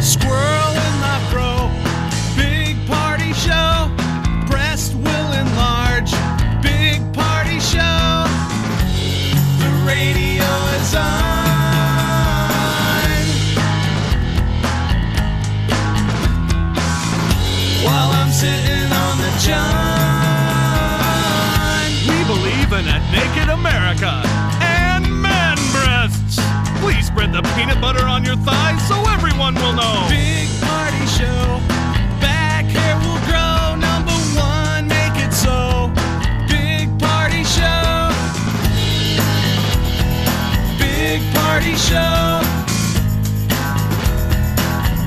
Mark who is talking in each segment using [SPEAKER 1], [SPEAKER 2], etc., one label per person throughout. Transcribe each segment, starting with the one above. [SPEAKER 1] Squirrel in my fro, big party show. Breast will enlarge, big party show. The radio is on. While I'm sitting on the john.
[SPEAKER 2] We believe in a naked America and man breasts. Please spread the peanut butter on your thighs so everyone will know.
[SPEAKER 1] Big party show. Back hair will grow. Number one, make it so. Big party show. Big party show.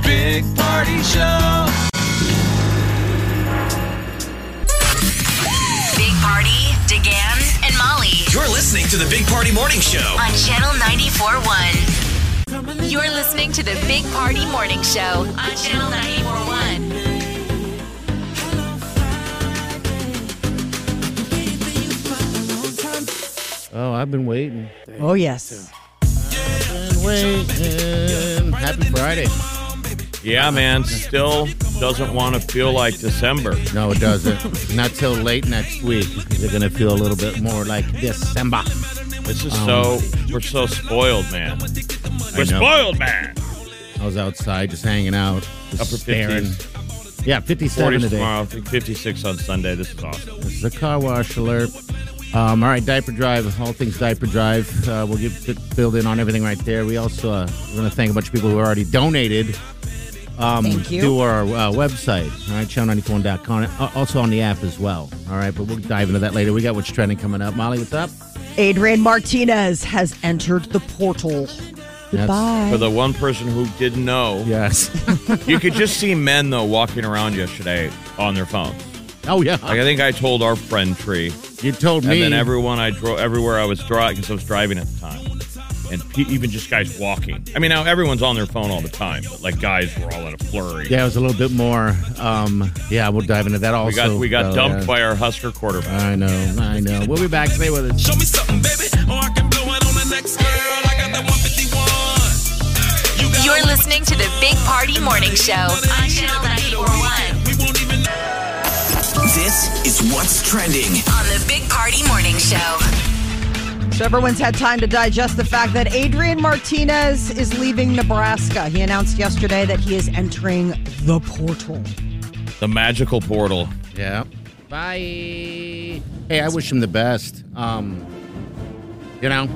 [SPEAKER 1] Big party show.
[SPEAKER 3] Big Party, DeGan, and Molly
[SPEAKER 4] You're listening to the Big Party Morning Show.
[SPEAKER 3] on Channel 94.1. You're listening to the Big Party Morning Show on Channel 94.1.
[SPEAKER 5] Oh, I've been waiting.
[SPEAKER 6] Oh yes.
[SPEAKER 5] Been waiting. Happy Friday.
[SPEAKER 7] Yeah, man, still doesn't want to feel like December.
[SPEAKER 5] No, it doesn't. Not till late next week. They're gonna feel a little bit more like December. Um,
[SPEAKER 7] This is so we're so spoiled, man. We're
[SPEAKER 5] know.
[SPEAKER 7] spoiled, man.
[SPEAKER 5] I was outside just hanging out, just
[SPEAKER 7] Upper
[SPEAKER 5] staring.
[SPEAKER 7] 50s.
[SPEAKER 5] Yeah, 57
[SPEAKER 7] 40s
[SPEAKER 5] today.
[SPEAKER 7] tomorrow, I think 56 on Sunday. This is awesome.
[SPEAKER 5] This is a car wash alert. Um, all right, diaper drive. All things diaper drive. Uh, we'll get filled in on everything right there. We also uh, we're going to thank a bunch of people who already donated. Um,
[SPEAKER 6] Thank you.
[SPEAKER 5] To our uh, website, all right, channel94.com. Uh, Also on the app as well. All right, but we'll dive into that later. We got what's trending coming up. Molly, what's up?
[SPEAKER 6] Adrian Martinez has entered the portal. Goodbye.
[SPEAKER 7] For the one person who didn't know,
[SPEAKER 5] Yes.
[SPEAKER 7] you could just see men though walking around yesterday on their phones.
[SPEAKER 5] oh yeah.
[SPEAKER 7] Like I think I told our friend Tree,
[SPEAKER 5] you told
[SPEAKER 7] and
[SPEAKER 5] me.
[SPEAKER 7] then everyone I drove everywhere I was driving because I was driving at the time, and pe- even just guys walking. I mean, now everyone's on their phone all the time, but like guys were all in a flurry.
[SPEAKER 5] yeah, it was a little bit more. Um, yeah, we'll dive into that also.
[SPEAKER 7] We got we got
[SPEAKER 5] though,
[SPEAKER 7] dumped
[SPEAKER 5] yeah.
[SPEAKER 7] by our Husker quarterback.
[SPEAKER 5] I know. I know. We'll be back. Stay with us.
[SPEAKER 1] Show me something, baby, or
[SPEAKER 7] oh,
[SPEAKER 1] I can blow it on the next girl. I got that 151. You got
[SPEAKER 3] You're
[SPEAKER 1] a
[SPEAKER 3] listening to the Big Party Morning Show on Channel 94.1.
[SPEAKER 1] We won't even
[SPEAKER 4] This is what's trending.
[SPEAKER 3] On the Big Party Morning Show.
[SPEAKER 6] So everyone's had time to digest the fact that Adrian Martinez is leaving Nebraska. He announced yesterday that he is entering the portal.
[SPEAKER 7] The magical portal.
[SPEAKER 5] Yeah. Bye. Hey, I wish him the best. Um, you know,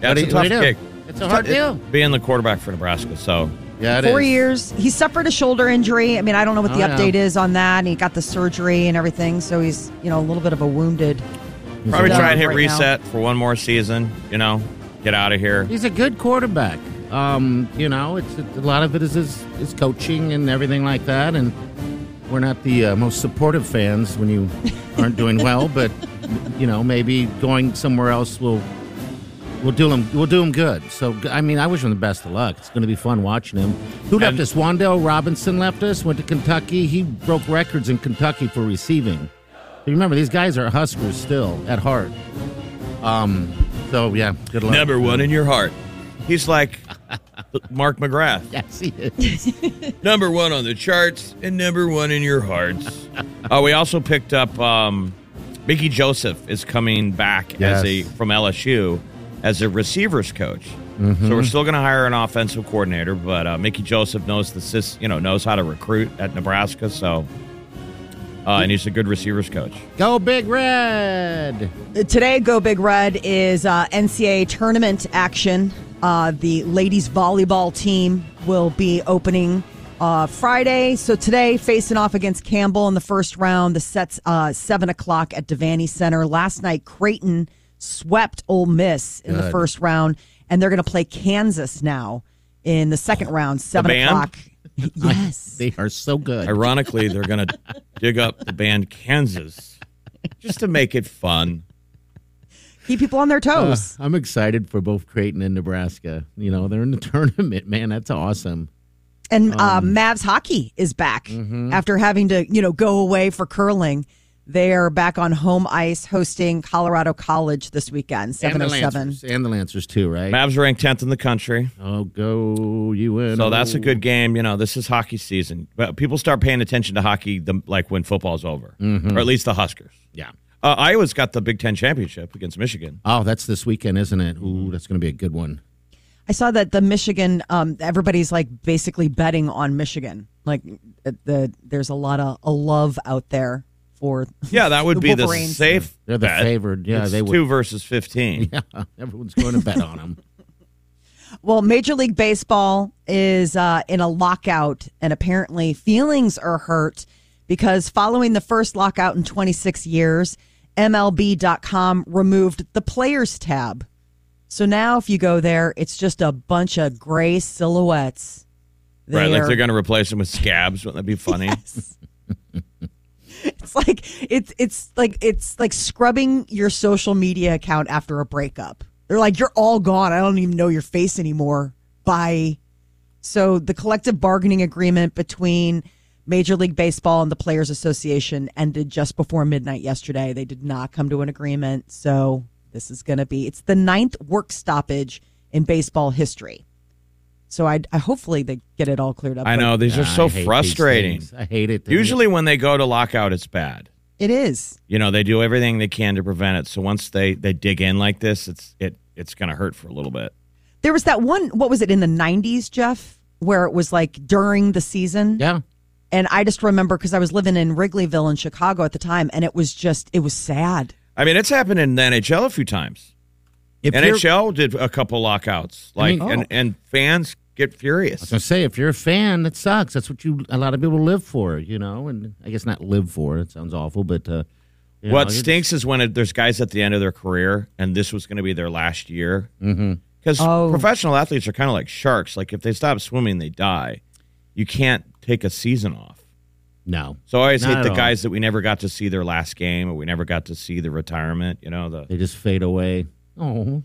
[SPEAKER 7] That's
[SPEAKER 5] do
[SPEAKER 7] a
[SPEAKER 5] you-
[SPEAKER 7] tough
[SPEAKER 5] do you do?
[SPEAKER 7] kick.
[SPEAKER 5] It's a hard deal.
[SPEAKER 7] Being the quarterback for Nebraska, so
[SPEAKER 5] Yeah, it is.
[SPEAKER 6] Four years. He suffered a shoulder injury. I mean, I don't know what the
[SPEAKER 5] Oh, yeah.
[SPEAKER 6] update is on that. And he got the surgery and everything, so he's you know a little bit of a wounded.
[SPEAKER 7] probably
[SPEAKER 6] Yeah.
[SPEAKER 7] try and hit
[SPEAKER 6] Right now.
[SPEAKER 7] reset for one more season. You know, get out of here.
[SPEAKER 5] He's a good quarterback. Um, you know, it's a lot of it is his, his coaching and everything like that. And we're not the uh, most supportive fans when you aren't doing well, but you know, maybe going somewhere else will will do him will do him good. So I mean, I wish him the best of luck. It's going to be fun watching him. Who left
[SPEAKER 7] And-
[SPEAKER 5] us? Wandell Robinson left us. Went to Kentucky. He broke records in Kentucky for receiving. But remember, these guys are Huskers still at heart. Um, so yeah, good luck.
[SPEAKER 7] Number one in your heart. He's like Mark McGrath.
[SPEAKER 5] Yes, he is.
[SPEAKER 7] Number one on the charts and number one in your hearts. uh, we also picked up um, Mickey Joseph is coming back
[SPEAKER 5] Yes.
[SPEAKER 7] as a from LSU as a receivers coach. So
[SPEAKER 5] Mm-hmm.
[SPEAKER 7] we're still going to hire an offensive coordinator, but uh, Mickey Joseph knows the sys- you know knows how to recruit at Nebraska. So uh, and he's a good receivers coach.
[SPEAKER 5] Go Big Red.
[SPEAKER 6] Today, Go Big Red is uh, NCAA tournament action. Uh, the ladies volleyball team will be opening uh, Friday. So today, facing off against Campbell in the first round. The set's uh, seven o'clock at Devaney Center. Last night, Creighton swept Ole Miss in the
[SPEAKER 5] Good.
[SPEAKER 6] first round, and they're going to play Kansas now in the second round, seven
[SPEAKER 7] band?
[SPEAKER 6] o'clock. Yes,
[SPEAKER 5] They are so good.
[SPEAKER 7] Ironically, they're going to dig up the band Kansas just to make it fun.
[SPEAKER 6] keep people on their
[SPEAKER 5] Uh,
[SPEAKER 6] toes.
[SPEAKER 5] I'm excited for both Creighton and Nebraska. You know, they're in the tournament, man. That's awesome.
[SPEAKER 6] And uh,
[SPEAKER 5] Um,
[SPEAKER 6] Mavs hockey is back
[SPEAKER 5] Mm-hmm.
[SPEAKER 6] after having to, you know, go away for curling. They are back on home ice hosting Colorado College this weekend,
[SPEAKER 5] And
[SPEAKER 6] seven
[SPEAKER 5] the
[SPEAKER 6] oh seven.
[SPEAKER 5] Lancers. And the Lancers, too, right?
[SPEAKER 7] Mavs ranked 10th in the country.
[SPEAKER 5] oh, go you win.
[SPEAKER 7] So that's a good game. You know, this is hockey season. But people start paying attention to hockey the, like when football's over,
[SPEAKER 5] Mm-hmm.
[SPEAKER 7] or at least the Huskers.
[SPEAKER 5] Yeah.
[SPEAKER 7] Uh, Iowa's got the Big Ten championship against Michigan.
[SPEAKER 5] Oh, that's this weekend, isn't it? Ooh, that's going to be a good one.
[SPEAKER 6] I saw that the Michigan, um, everybody's like basically betting on Michigan. Like uh, the there's a lot of a love out there for
[SPEAKER 7] Yeah, that would be the
[SPEAKER 6] Wolverines.
[SPEAKER 7] safe.
[SPEAKER 5] They're the
[SPEAKER 7] bet.
[SPEAKER 5] favored. Yeah,
[SPEAKER 7] It's
[SPEAKER 5] they would.
[SPEAKER 7] two versus fifteen.
[SPEAKER 5] Everyone's going to bet on them.
[SPEAKER 6] Well, Major League Baseball is uh, in a lockout, and apparently feelings are hurt because following the first lockout in 26 years, MLB.com removed the Players tab. So now, if you go there, it's just a bunch of gray silhouettes.
[SPEAKER 7] Right, like
[SPEAKER 6] there.
[SPEAKER 7] they're going to replace them with scabs. Wouldn't that be funny?
[SPEAKER 6] It's like it's it's like it's like scrubbing your social media account after a breakup. They're like, you're all gone. I don't even know your face anymore. Bye. So the collective bargaining agreement between Major League Baseball and the Players Association ended just before midnight yesterday. They did not come to an agreement. So this is going to be it's the ninth work stoppage in baseball history. So I, I hopefully they get it all cleared up.
[SPEAKER 7] I
[SPEAKER 6] but
[SPEAKER 7] know these are
[SPEAKER 5] I
[SPEAKER 7] so
[SPEAKER 5] hate these
[SPEAKER 7] frustrating.
[SPEAKER 5] things. I hate it.
[SPEAKER 7] Usually, when they go to lockout, it's bad.
[SPEAKER 6] it is.
[SPEAKER 7] You know, they do everything they can to prevent it. So once they they dig in like this, it's it it's going to hurt for a little bit.
[SPEAKER 6] There was that one, what was it in the 90s, Jeff, where it was like during the season?
[SPEAKER 5] Yeah.
[SPEAKER 6] And I just remember because I was living in Wrigleyville in Chicago at the time, and it was just, it was sad.
[SPEAKER 7] I mean, it's happened in the NHL a few times.
[SPEAKER 5] If you're-
[SPEAKER 7] NHL did a couple lockouts, like
[SPEAKER 5] mean- oh.
[SPEAKER 7] and and fans get
[SPEAKER 5] I was
[SPEAKER 7] furious.
[SPEAKER 5] gonna say, if you're a fan, that sucks. That's what you a lot of people live for, you know. And I guess not live for. It sounds awful, but uh, you
[SPEAKER 7] What
[SPEAKER 5] know, you-
[SPEAKER 7] stinks is when it, there's guys at the end of their career, and this was going to be their last year.
[SPEAKER 5] Mm-hmm.
[SPEAKER 7] Because
[SPEAKER 6] Oh.
[SPEAKER 7] professional athletes are kind of like sharks. Like if they stop swimming, they die. You can't take a season off.
[SPEAKER 5] No,
[SPEAKER 7] So I always
[SPEAKER 5] Not
[SPEAKER 7] hate
[SPEAKER 5] at
[SPEAKER 7] the
[SPEAKER 5] all.
[SPEAKER 7] guys that we never got to see their last game, or we never got to see the retirement. You know, the
[SPEAKER 5] they just fade away. Oh,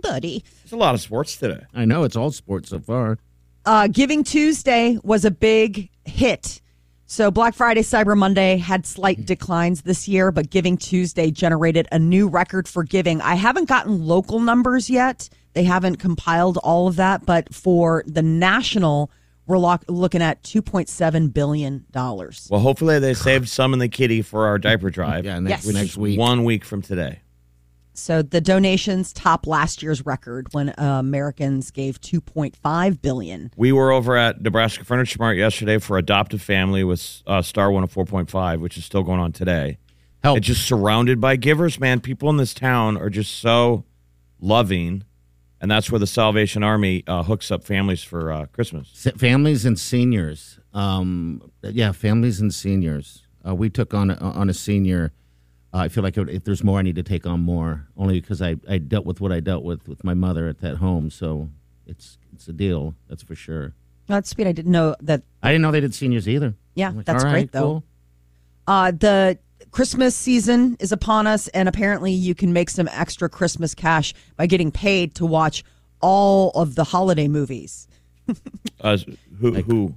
[SPEAKER 6] Buddy.
[SPEAKER 7] there's a lot of sports today.
[SPEAKER 5] I know it's all sports so far.
[SPEAKER 6] Uh, Giving Tuesday was a big hit. So Black Friday, Cyber Monday had slight declines this year, but Giving Tuesday generated a new record for giving. I haven't gotten local numbers yet. They haven't compiled all of that, but for the national, we're lock- looking at $2.7 billion.
[SPEAKER 7] Well, hopefully they saved some in the kitty for our diaper drive.
[SPEAKER 5] Yeah, next
[SPEAKER 6] Yes.
[SPEAKER 5] next week.
[SPEAKER 7] one week from today.
[SPEAKER 6] So the donations top last year's record when uh, Americans gave 2.5 billion.
[SPEAKER 7] We were over at Nebraska Furniture Mart yesterday for Adoptive Family with uh, Star 104.5, which is still going on today.
[SPEAKER 5] Help.
[SPEAKER 7] It's just surrounded by givers, man. People in this town are just so loving. And that's where the Salvation Army uh, hooks up families for uh, Christmas.
[SPEAKER 5] S- families and seniors. Um, yeah, families and seniors. Uh, we took on a, on a senior. Uh, I feel like if there's more, I need to take on more. Only because I, I dealt with what I dealt with with my mother at that home, so it's it's a deal. That's for sure.
[SPEAKER 6] That's sweet. I didn't know that.
[SPEAKER 5] I didn't know they did seniors either.
[SPEAKER 6] Yeah,
[SPEAKER 5] I'm
[SPEAKER 6] that's
[SPEAKER 5] "All
[SPEAKER 6] great, though." Uh, the Christmas season is upon us, and apparently you can make some extra Christmas cash by getting paid to watch all of the holiday movies.
[SPEAKER 7] Uh, who? who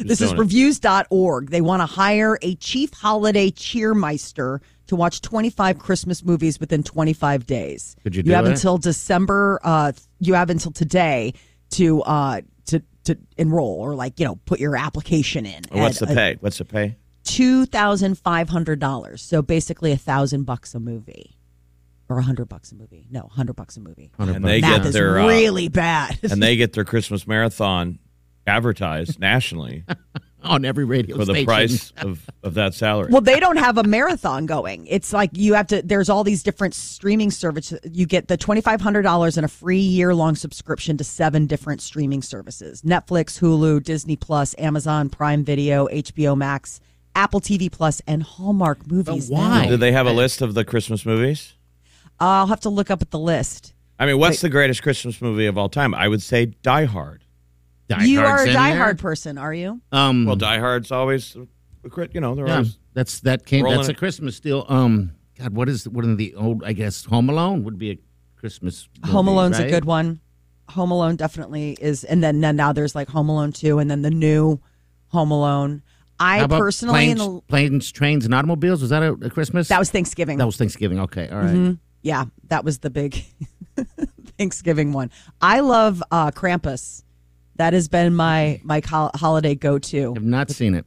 [SPEAKER 6] this is
[SPEAKER 7] doing it?
[SPEAKER 6] reviews.org. They want to hire a chief holiday cheermeister to watch 25 Christmas movies within 25 days.
[SPEAKER 5] Could you do
[SPEAKER 6] have
[SPEAKER 5] it?
[SPEAKER 6] until December uh you have until today to uh to to enroll or like, you know, put your application in.
[SPEAKER 7] what's the
[SPEAKER 6] at,
[SPEAKER 7] pay? What's the pay?
[SPEAKER 6] two thousand five hundred dollars. So basically a thousand bucks a movie, or a hundred bucks a movie. No, a hundred bucks a movie.
[SPEAKER 5] $100
[SPEAKER 7] And they
[SPEAKER 6] Math
[SPEAKER 7] get
[SPEAKER 6] is
[SPEAKER 7] their uh,
[SPEAKER 6] really bad.
[SPEAKER 7] and they get their Christmas marathon advertised nationally
[SPEAKER 5] on every radio
[SPEAKER 7] for the
[SPEAKER 5] station.
[SPEAKER 7] price of, of that salary.
[SPEAKER 6] well, they don't have a marathon going. It's like you have to. There's all these different streaming services. You get the twenty five hundred dollars and a free year long subscription to seven different streaming services: Netflix, Hulu, Disney Plus, Amazon Prime Video, HBO Max, Apple TV Plus, and Hallmark Movies.
[SPEAKER 5] why?
[SPEAKER 6] Now.
[SPEAKER 7] Do they have a list of the Christmas movies?
[SPEAKER 6] I'll have to look up at the list.
[SPEAKER 7] I mean, what's the greatest Christmas movie of all time? I would say Die Hard.
[SPEAKER 5] Die
[SPEAKER 6] you are
[SPEAKER 5] Hard's
[SPEAKER 6] a
[SPEAKER 5] in there.
[SPEAKER 6] diehard person, are you?
[SPEAKER 5] Um,
[SPEAKER 7] Well, Die Hard's always, a crit- you know, they're
[SPEAKER 5] yeah,
[SPEAKER 7] always
[SPEAKER 5] that's that came.
[SPEAKER 7] Rolling
[SPEAKER 5] That's a
[SPEAKER 7] it.
[SPEAKER 5] Christmas deal. Um, God, what is one of the old? I guess Home Alone would be a Christmas. Movie,
[SPEAKER 6] Home Alone's
[SPEAKER 5] right?
[SPEAKER 6] a good one. Home Alone definitely is, and then, then now there's like Home Alone two, and then the new Home Alone. I
[SPEAKER 5] How about
[SPEAKER 6] personally,
[SPEAKER 5] planes,
[SPEAKER 6] in the,
[SPEAKER 5] planes, trains, and automobiles. Was that a, a Christmas?
[SPEAKER 6] that was Thanksgiving. Mm-hmm.
[SPEAKER 5] that was Thanksgiving. Okay, all right.
[SPEAKER 6] yeah, that was the big Thanksgiving one. I love uh, Krampus. That has been my my col- holiday go to.
[SPEAKER 5] I've not seen it.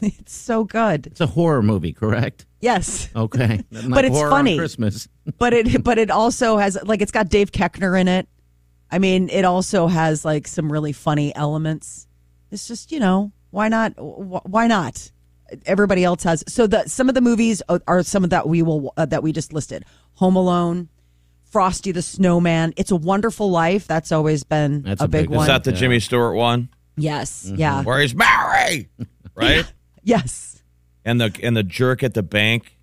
[SPEAKER 6] It's so good.
[SPEAKER 5] It's a horror movie, correct?
[SPEAKER 6] Yes,
[SPEAKER 5] Okay, Nothing
[SPEAKER 6] But
[SPEAKER 5] like
[SPEAKER 6] it's
[SPEAKER 5] horror
[SPEAKER 6] funny.
[SPEAKER 5] On Christmas.
[SPEAKER 6] but it but it also has like it's got Dave Keckner in it. I mean, it also has like some really funny elements. It's just you know why not wh- why not everybody else has so the some of the movies are- are some of that we will uh, that we just listed Home Alone, Frosty the Snowman, It's a Wonderful Life. That's always been
[SPEAKER 5] That's
[SPEAKER 6] a,
[SPEAKER 5] a
[SPEAKER 6] big,
[SPEAKER 5] big one.
[SPEAKER 6] one.
[SPEAKER 7] Is that the
[SPEAKER 5] Yeah. Mm-hmm.
[SPEAKER 7] Jimmy Stewart one?
[SPEAKER 6] yes, yeah,
[SPEAKER 7] Where he's Mary, right?
[SPEAKER 6] yes.
[SPEAKER 7] and the and the jerk at the bank.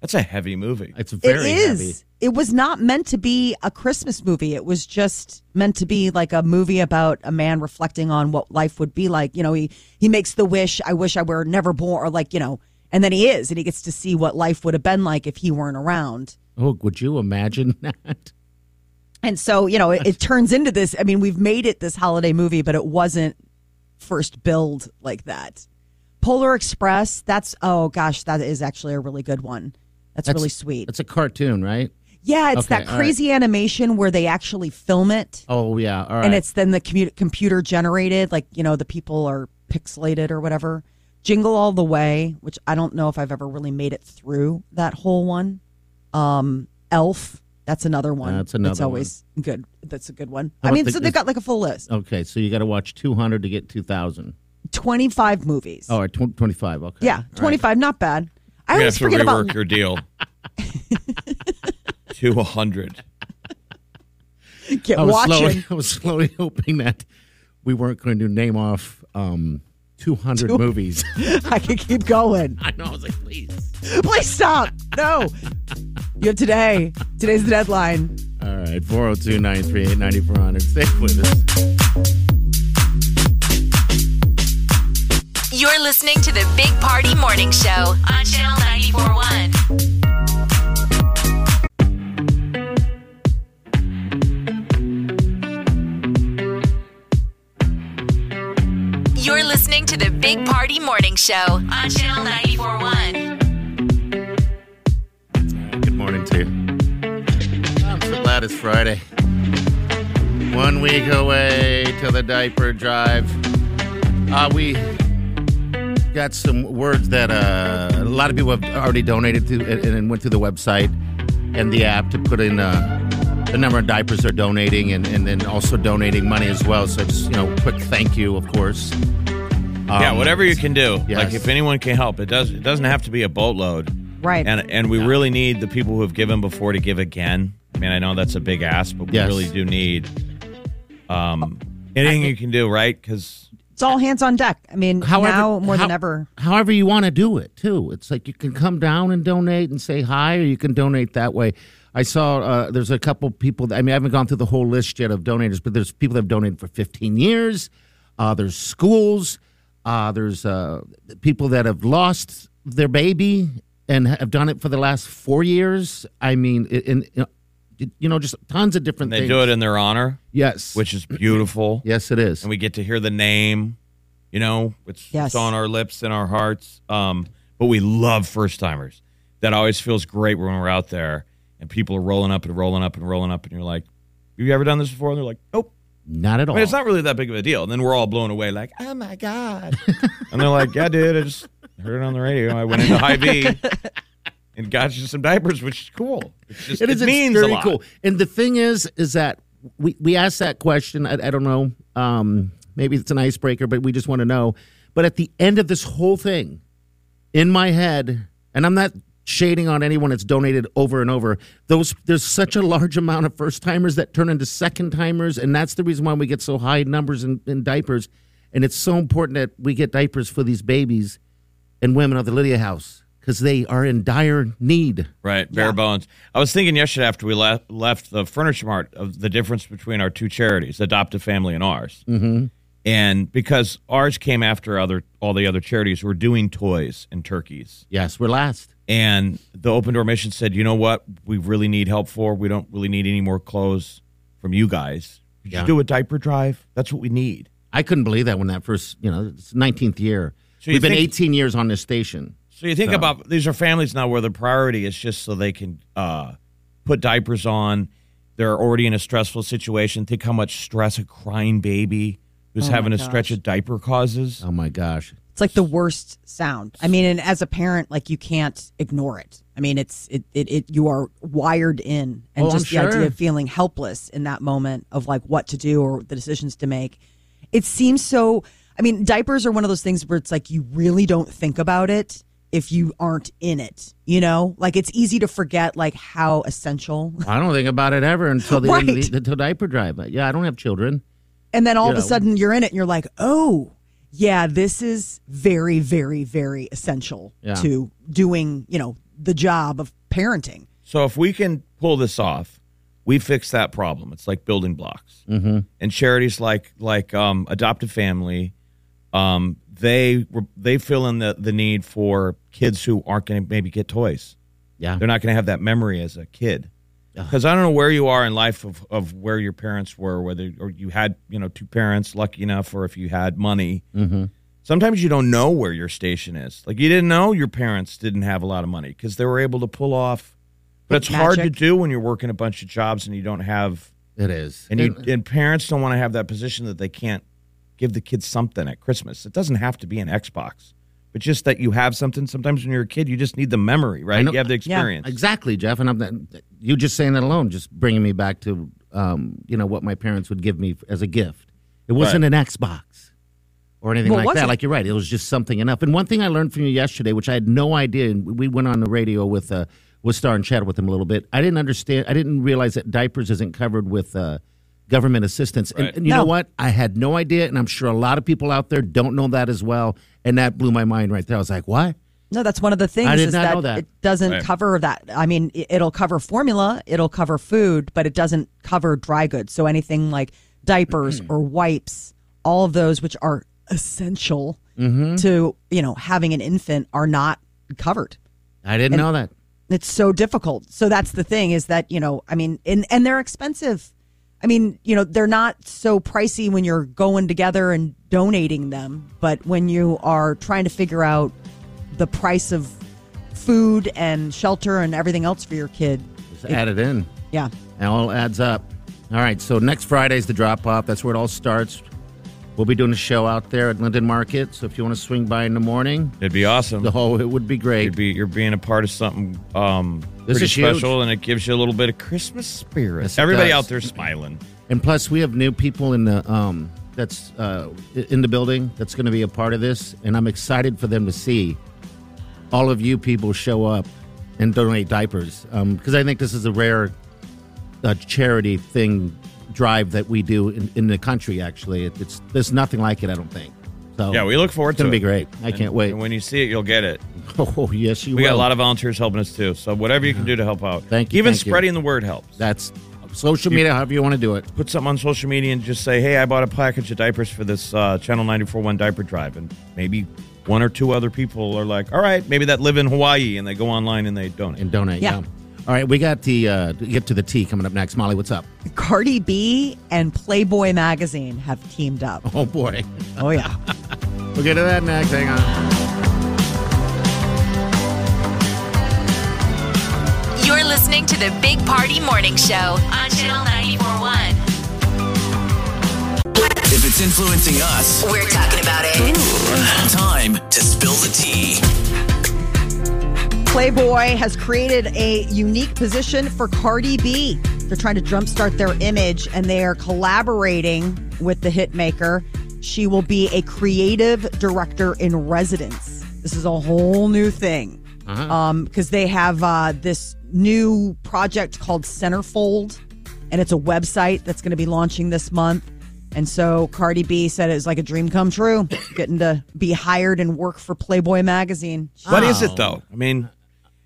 [SPEAKER 7] That's a heavy movie.
[SPEAKER 5] It's very
[SPEAKER 6] it is. It was not meant to be a Christmas movie. It was just meant to be like a movie about a man reflecting on what life would be like. You know, he he makes the wish, "I wish I were never born," or like you know, and then he is, and he gets to see what life would have been like if he weren't around.
[SPEAKER 5] heavy. Oh, would you imagine that?
[SPEAKER 6] And so you know, it, it turns into this. I mean, we've made it this holiday movie, but it wasn't first billed like that. Polar Express. That's oh gosh, that is actually a really good one. That's, really sweet.
[SPEAKER 5] It's a cartoon, right?
[SPEAKER 6] Yeah, it's
[SPEAKER 5] Okay,
[SPEAKER 6] that
[SPEAKER 5] all right.
[SPEAKER 6] crazy animation where they actually film it,
[SPEAKER 5] Oh yeah, all right.
[SPEAKER 6] and it's then the commu- computer generated, like you know the people are pixelated or whatever. Jingle all the way, which I don't know if I've ever really made it through that whole one. Um, Elf, that's another one.
[SPEAKER 5] That's another
[SPEAKER 6] That's
[SPEAKER 5] one.
[SPEAKER 6] always good. That's a good one.
[SPEAKER 5] How
[SPEAKER 6] I
[SPEAKER 5] about
[SPEAKER 6] mean,
[SPEAKER 5] the-
[SPEAKER 6] so they've got like a full list,
[SPEAKER 5] okay. So you got to watch two hundred to get two thousand.
[SPEAKER 6] twenty five movies.
[SPEAKER 5] Oh, or tw- twenty five. Okay.
[SPEAKER 6] yeah,
[SPEAKER 5] All
[SPEAKER 6] twenty five, not bad. I
[SPEAKER 7] You
[SPEAKER 6] always
[SPEAKER 7] have to
[SPEAKER 6] forget
[SPEAKER 7] rework
[SPEAKER 6] about
[SPEAKER 7] your deal to a hundred.
[SPEAKER 6] get
[SPEAKER 5] I was
[SPEAKER 6] watching.
[SPEAKER 5] slowly, I was slowly hoping that we weren't going to name off um, 200 movies.
[SPEAKER 6] I could keep going.
[SPEAKER 5] I know. I was like, please.
[SPEAKER 6] Please stop. No. You have today. Today's the deadline.
[SPEAKER 5] All right, 402 938 9400. Stay with us.
[SPEAKER 3] You're listening to the Big Party Morning Show on Channel 941. You're listening to the Big Party Morning Show on Channel 941.
[SPEAKER 5] All right, good morning to you. I'm so glad it's Friday. One week away till the diaper drive. Uh, we got some words that uh, a lot of people have already donated to and, and went to the website and the app to put in uh, the number of diapers they're donating and, and then also donating money as well. So just, you know, quick thank you, of course.
[SPEAKER 7] yeah,
[SPEAKER 5] Um,
[SPEAKER 7] whatever you can do. Like
[SPEAKER 5] yes.
[SPEAKER 7] if anyone can help, it does. It doesn't have to be a boatload.
[SPEAKER 6] Right.
[SPEAKER 7] And and we really need the people who have given before to give again. I mean, I know that's a big ask, but we
[SPEAKER 5] Yes.
[SPEAKER 7] really do need um, anything you can do, right? Because
[SPEAKER 6] It's all hands on deck. I mean, now more than
[SPEAKER 5] how-
[SPEAKER 6] ever.
[SPEAKER 5] However, you want to do it too. It's like you can come down and donate and say hi, or you can donate that way. I saw uh, there's a couple people. That, I mean, I haven't gone through the whole list yet of donators, but there's people that have donated for 15 years. Uh, there's schools. Uh, there's uh, people that have lost their baby and have done it for the last four years. I mean, it- and you know, you know, just tons of different
[SPEAKER 7] they
[SPEAKER 5] things.
[SPEAKER 7] do it in their honor,
[SPEAKER 5] yes,
[SPEAKER 7] which is beautiful.
[SPEAKER 5] yes, it is.
[SPEAKER 7] and we get to hear the name. You know, it's,
[SPEAKER 6] Yes.
[SPEAKER 7] it's on our lips and our hearts. Um, but we love first timers. That always feels great when we're out there and people are rolling up and rolling up and rolling up, and you're like, "Have you ever done this before?" And they're like, "Nope."
[SPEAKER 5] Not at
[SPEAKER 7] I
[SPEAKER 5] all.
[SPEAKER 7] mean, it's not really that big of a deal. And then we're all blown away, like, "Oh my god!" and they're like, "Yeah, dude, I just heard it on the radio. I went into High V and got you some diapers, which is cool. It's just, it,
[SPEAKER 5] It's
[SPEAKER 7] means
[SPEAKER 5] very
[SPEAKER 7] a lot.
[SPEAKER 5] cool. And the thing is, is that we, we asked that question. I, I don't know. Um, maybe it's an icebreaker, but we just want to know. But at the end of this whole thing, in my head, and I'm not shading on anyone that's donated over and over. Those there's such a large amount of first timers that turn into second timers, and that's the reason why we get so high numbers in, in diapers. And it's so important that we get diapers for these babies and women of the Lydia House because they are in dire need.
[SPEAKER 7] Right, bare bones. I was thinking yesterday after we left left the furniture mart of the difference between our two charities, Adoptive Family and ours. Mm-hmm. And because ours came after other all the other charities were doing toys and turkeys,
[SPEAKER 5] Yes, we're last.
[SPEAKER 7] and the Open Door Mission said, you know what, we really need help for. We don't really need any more clothes from you guys. Could
[SPEAKER 5] Yeah.
[SPEAKER 7] you do a diaper drive? That's what we need.
[SPEAKER 5] I couldn't believe that when that first, you know, it's 19th year.
[SPEAKER 7] So you
[SPEAKER 5] We've been
[SPEAKER 7] think-
[SPEAKER 5] 18 years on this station.
[SPEAKER 7] So you think
[SPEAKER 5] So-
[SPEAKER 7] about these are families now where the priority is just so they can uh, put diapers on. They're already in a stressful situation. Think how much stress a crying baby who's having a stretch of diaper causes.
[SPEAKER 5] Oh my gosh.
[SPEAKER 6] It's like the worst sound. I mean, and as a parent, like you can't ignore it. I mean, it's it it, it you are wired in, and
[SPEAKER 5] Oh, I'm
[SPEAKER 6] just the
[SPEAKER 5] sure.
[SPEAKER 6] idea of feeling helpless in that moment of like what to do or the decisions to make. It seems so. I mean, diapers are one of those things where it's like you really don't think about it if you aren't in it. You know, like it's easy to forget like how essential.
[SPEAKER 5] I don't think about it ever until the,
[SPEAKER 6] Right.
[SPEAKER 5] the- until diaper drive. But yeah, I don't have children.
[SPEAKER 6] And then all of a
[SPEAKER 5] Yeah.
[SPEAKER 6] sudden you're in it, and you're like, oh. Yeah, this is very, very, very essential
[SPEAKER 5] Yeah.
[SPEAKER 6] to doing, you know, the job of parenting.
[SPEAKER 7] So if we can pull this off, we fix that problem. It's like building blocks. Mm-hmm. And charities like like um, Adoptive Family, um, they they fill in the, the need for kids who aren't going to maybe get toys.
[SPEAKER 5] Yeah.
[SPEAKER 7] they're not going to have that memory as a kid because i don't know where you are in life of, of where your parents were whether or you had you know two parents lucky enough or if you had money
[SPEAKER 5] Mm-hmm.
[SPEAKER 7] sometimes you don't know where your station is like you didn't know your parents didn't have a lot of money because they were able to pull off but it's hard to
[SPEAKER 6] Magic.
[SPEAKER 7] do when you're working a bunch of jobs and you don't have
[SPEAKER 5] It is.
[SPEAKER 7] and you
[SPEAKER 5] It-
[SPEAKER 7] and parents don't want to have that position that they can't give the kids something at christmas it doesn't have to be an xbox but just that you have something sometimes when you're a kid you just need the memory right
[SPEAKER 5] know-
[SPEAKER 7] you have the
[SPEAKER 6] Yeah.
[SPEAKER 7] experience
[SPEAKER 5] Exactly, Jeff. And I'm that you just saying that alone, just bringing me back to um, you know what my parents would give me as a gift. It wasn't an Xbox or anything
[SPEAKER 6] What
[SPEAKER 5] like
[SPEAKER 6] was
[SPEAKER 5] that.
[SPEAKER 6] it?
[SPEAKER 5] Like you're right, it was just something enough. And one thing I learned from you yesterday, which I had no idea, and we went on the radio with uh, with Star and chatted with him a little bit. I didn't understand. I didn't realize that diapers isn't covered with. Uh, Government assistance,
[SPEAKER 7] Right.
[SPEAKER 5] and, and you know
[SPEAKER 6] No.
[SPEAKER 5] what? I had no idea, and I'm sure a lot of people out there don't know that as well. And that blew my mind right there. I was like, "What?
[SPEAKER 6] No, that's one of the things
[SPEAKER 5] I did
[SPEAKER 6] is
[SPEAKER 5] not
[SPEAKER 6] that,
[SPEAKER 5] know that.
[SPEAKER 6] it doesn't
[SPEAKER 7] Right.
[SPEAKER 6] cover that. I mean, i- it'll cover formula, it'll cover food, but it doesn't cover dry goods. So anything like diapers or wipes, all of those which are essential
[SPEAKER 5] Mm-hmm.
[SPEAKER 6] to, you know, having an infant are not covered.
[SPEAKER 5] I didn't know that."
[SPEAKER 6] It's so difficult. So that's the thing is that, you know, I mean, and, and they're expensive. I mean, you know, they're not so pricey when you're going together and donating them, but when you are trying to figure out the price of food and shelter and everything else for your kid.
[SPEAKER 5] Just add it in.
[SPEAKER 6] Yeah.
[SPEAKER 5] It all adds up. All right, so next Friday's the drop off. That's where it all starts. We'll be doing a show out there at Linden Market. So if you want to swing by in the morning,
[SPEAKER 7] it'd be awesome
[SPEAKER 5] oh, it would be
[SPEAKER 7] You'd
[SPEAKER 5] great.
[SPEAKER 7] be you're being a part of something um
[SPEAKER 5] This
[SPEAKER 7] pretty
[SPEAKER 5] is huge.
[SPEAKER 7] special, and it gives you a little bit of Christmas spirit.
[SPEAKER 5] Yes, it
[SPEAKER 7] Everybody
[SPEAKER 5] does.
[SPEAKER 7] out there smiling.
[SPEAKER 5] and plus, we have new people in the um that's uh in the building that's going to be a part of this, and I'm excited for them to see all of you people show up and donate diapers because I think this is a rare uh, charity thing drive that we do in, in the country. Actually, it, it's there's nothing like it. I don't think. So
[SPEAKER 7] Yeah, we look
[SPEAKER 5] Oh.
[SPEAKER 7] forward
[SPEAKER 5] It's gonna
[SPEAKER 7] to
[SPEAKER 5] be great.
[SPEAKER 7] it.
[SPEAKER 5] I
[SPEAKER 7] And-
[SPEAKER 5] can't wait.
[SPEAKER 7] And when you see it, you'll get it.
[SPEAKER 5] Oh yes, you
[SPEAKER 7] We
[SPEAKER 5] will.
[SPEAKER 7] got a lot of volunteers helping us too. So whatever you can do to help out,
[SPEAKER 5] Thank you,
[SPEAKER 7] Even
[SPEAKER 5] thank you.
[SPEAKER 7] spreading the word helps.
[SPEAKER 5] that's social media. However you want to do it.
[SPEAKER 7] Put something on social media and just say, "Hey, I bought a package of diapers for this uh, Channel 94.1 diaper drive," and maybe one or two other people are like, "All right, maybe that live in Hawaii," and they go online and they donate.
[SPEAKER 5] and donate. Yeah.
[SPEAKER 6] Yeah.
[SPEAKER 5] All right, we got the uh, get to the tea coming up next. Molly, what's up?
[SPEAKER 6] Cardi B and Playboy magazine have teamed up.
[SPEAKER 5] Oh boy,
[SPEAKER 6] Oh yeah.
[SPEAKER 5] we'll get to that next. Hang on.
[SPEAKER 3] You're listening to the Big Party Morning Show on Channel 941.
[SPEAKER 4] If it's influencing us,
[SPEAKER 3] We're talking about it.
[SPEAKER 4] time to spill the tea.
[SPEAKER 6] Playboy has created a unique position for Cardi B. They're trying to jumpstart their image and they are collaborating with the hitmaker. She will be a creative director in residence. This is a whole new thing because they have uh, this new project called Centerfold, and it's a website that's going to be launching this month. And so Cardi B said it was like a dream come true, getting to be hired and work for Playboy magazine.
[SPEAKER 7] What is it though? I mean,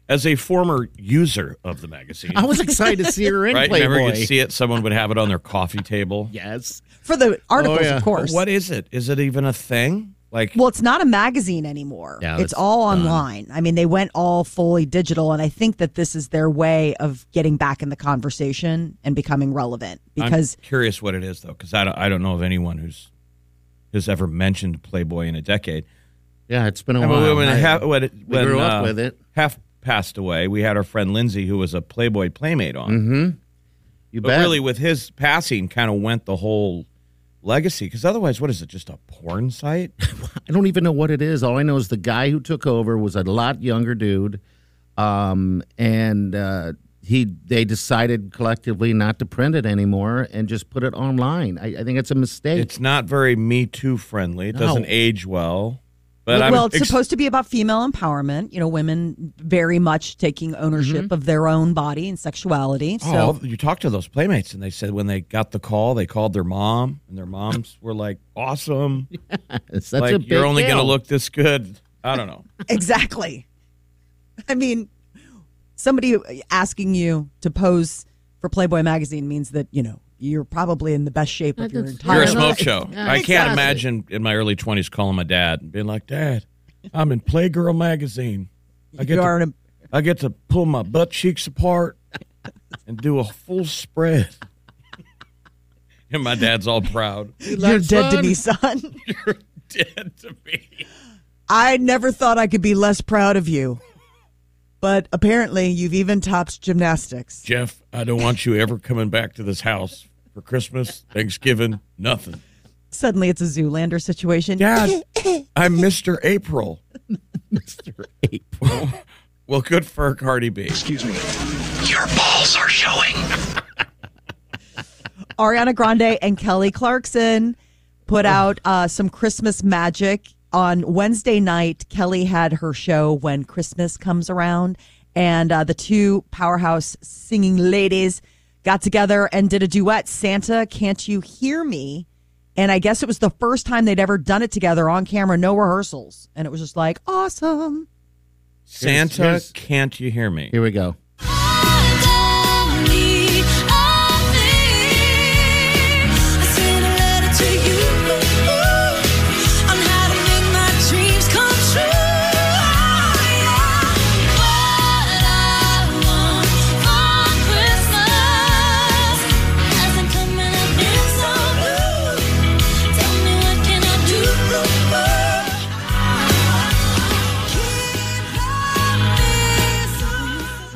[SPEAKER 7] as a former user of the magazine,
[SPEAKER 5] I was excited to see her in
[SPEAKER 7] right?
[SPEAKER 5] Playboy.
[SPEAKER 7] Whenever you see it, someone would have it on their coffee table.
[SPEAKER 5] Yes.
[SPEAKER 6] For the articles,
[SPEAKER 5] Oh, yeah.
[SPEAKER 6] of course.
[SPEAKER 7] What is it? Is it even a thing? Like,
[SPEAKER 6] Well, it's not a magazine anymore.
[SPEAKER 5] Yeah,
[SPEAKER 6] it's
[SPEAKER 5] it's
[SPEAKER 6] all online. I mean, they went all fully digital, and I think that this is their way of getting back in the conversation and becoming relevant because
[SPEAKER 7] I'm curious what it is though, because I don't, I don't know of anyone who's who's ever mentioned Playboy in a decade.
[SPEAKER 5] Yeah, it's been a
[SPEAKER 7] And
[SPEAKER 5] while.
[SPEAKER 7] when, when
[SPEAKER 5] I-
[SPEAKER 7] half, when, it-
[SPEAKER 5] we
[SPEAKER 7] when,
[SPEAKER 5] grew up
[SPEAKER 7] uh,
[SPEAKER 5] with it.
[SPEAKER 7] Half passed away. We had our friend Lindsay, who was a Playboy playmate on.
[SPEAKER 5] Mm, Mm-hmm. you
[SPEAKER 7] But
[SPEAKER 5] bet.
[SPEAKER 7] really, with his passing, kind of went the whole legacy. Because otherwise, what is it? Just a porn site?
[SPEAKER 5] I don't even know what it is. All I know is the guy who took over was a lot younger dude, um, and uh, he they decided collectively not to print it anymore and just put it online. I, I think it's a mistake.
[SPEAKER 7] it's not very Me Too friendly. It doesn't
[SPEAKER 5] No.
[SPEAKER 7] age well. But I'm
[SPEAKER 6] well, it's
[SPEAKER 7] ex-
[SPEAKER 6] supposed to be about female empowerment. You know, women very much taking ownership
[SPEAKER 5] Mm-hmm.
[SPEAKER 6] of their own body and sexuality. So
[SPEAKER 7] Oh, you talked to those playmates, and they said when they got the call, they called their mom, and their moms were like, "Awesome!
[SPEAKER 5] That's
[SPEAKER 7] like
[SPEAKER 5] a big
[SPEAKER 7] you're only
[SPEAKER 5] deal.
[SPEAKER 7] gonna look this good." I don't know.
[SPEAKER 6] exactly. I mean, somebody asking you to pose for Playboy magazine means that you know you're probably in the best shape of your
[SPEAKER 5] That's-
[SPEAKER 6] entire
[SPEAKER 7] You're a
[SPEAKER 5] Yeah.
[SPEAKER 7] smoke show.
[SPEAKER 5] Yeah,
[SPEAKER 7] I can't
[SPEAKER 5] exactly.
[SPEAKER 7] imagine in my early 20s calling my dad and being like, "Dad, I'm in Playgirl magazine. I get
[SPEAKER 6] You
[SPEAKER 7] to
[SPEAKER 6] are in a-
[SPEAKER 7] I get to pull my butt cheeks apart and do a full spread. And my dad's all proud.
[SPEAKER 6] You're dead to
[SPEAKER 5] son.
[SPEAKER 6] me, son.
[SPEAKER 7] Dead to me.
[SPEAKER 6] I never thought I could be less proud of you. But apparently, you've even topped gymnastics.
[SPEAKER 7] Jeff, I don't want you ever coming back to this house for Christmas, Thanksgiving, nothing.
[SPEAKER 6] Suddenly, it's a Zoolander situation.
[SPEAKER 7] Dad, I'm Mr. April. Mr. April. well, good for Cardi B.
[SPEAKER 4] Your balls are showing.
[SPEAKER 6] Ariana Grande and Kelly Clarkson put out uh, some Christmas magic on Wednesday night. Kelly had her show when Christmas comes around, and uh, the two powerhouse singing ladies got together and did a duet. Santa, can't you hear me? And I guess it was the first time they'd ever done it together on camera, no rehearsals, and it was just like awesome.
[SPEAKER 7] Santa,
[SPEAKER 5] here's-
[SPEAKER 7] can't you hear me?
[SPEAKER 5] Here we go.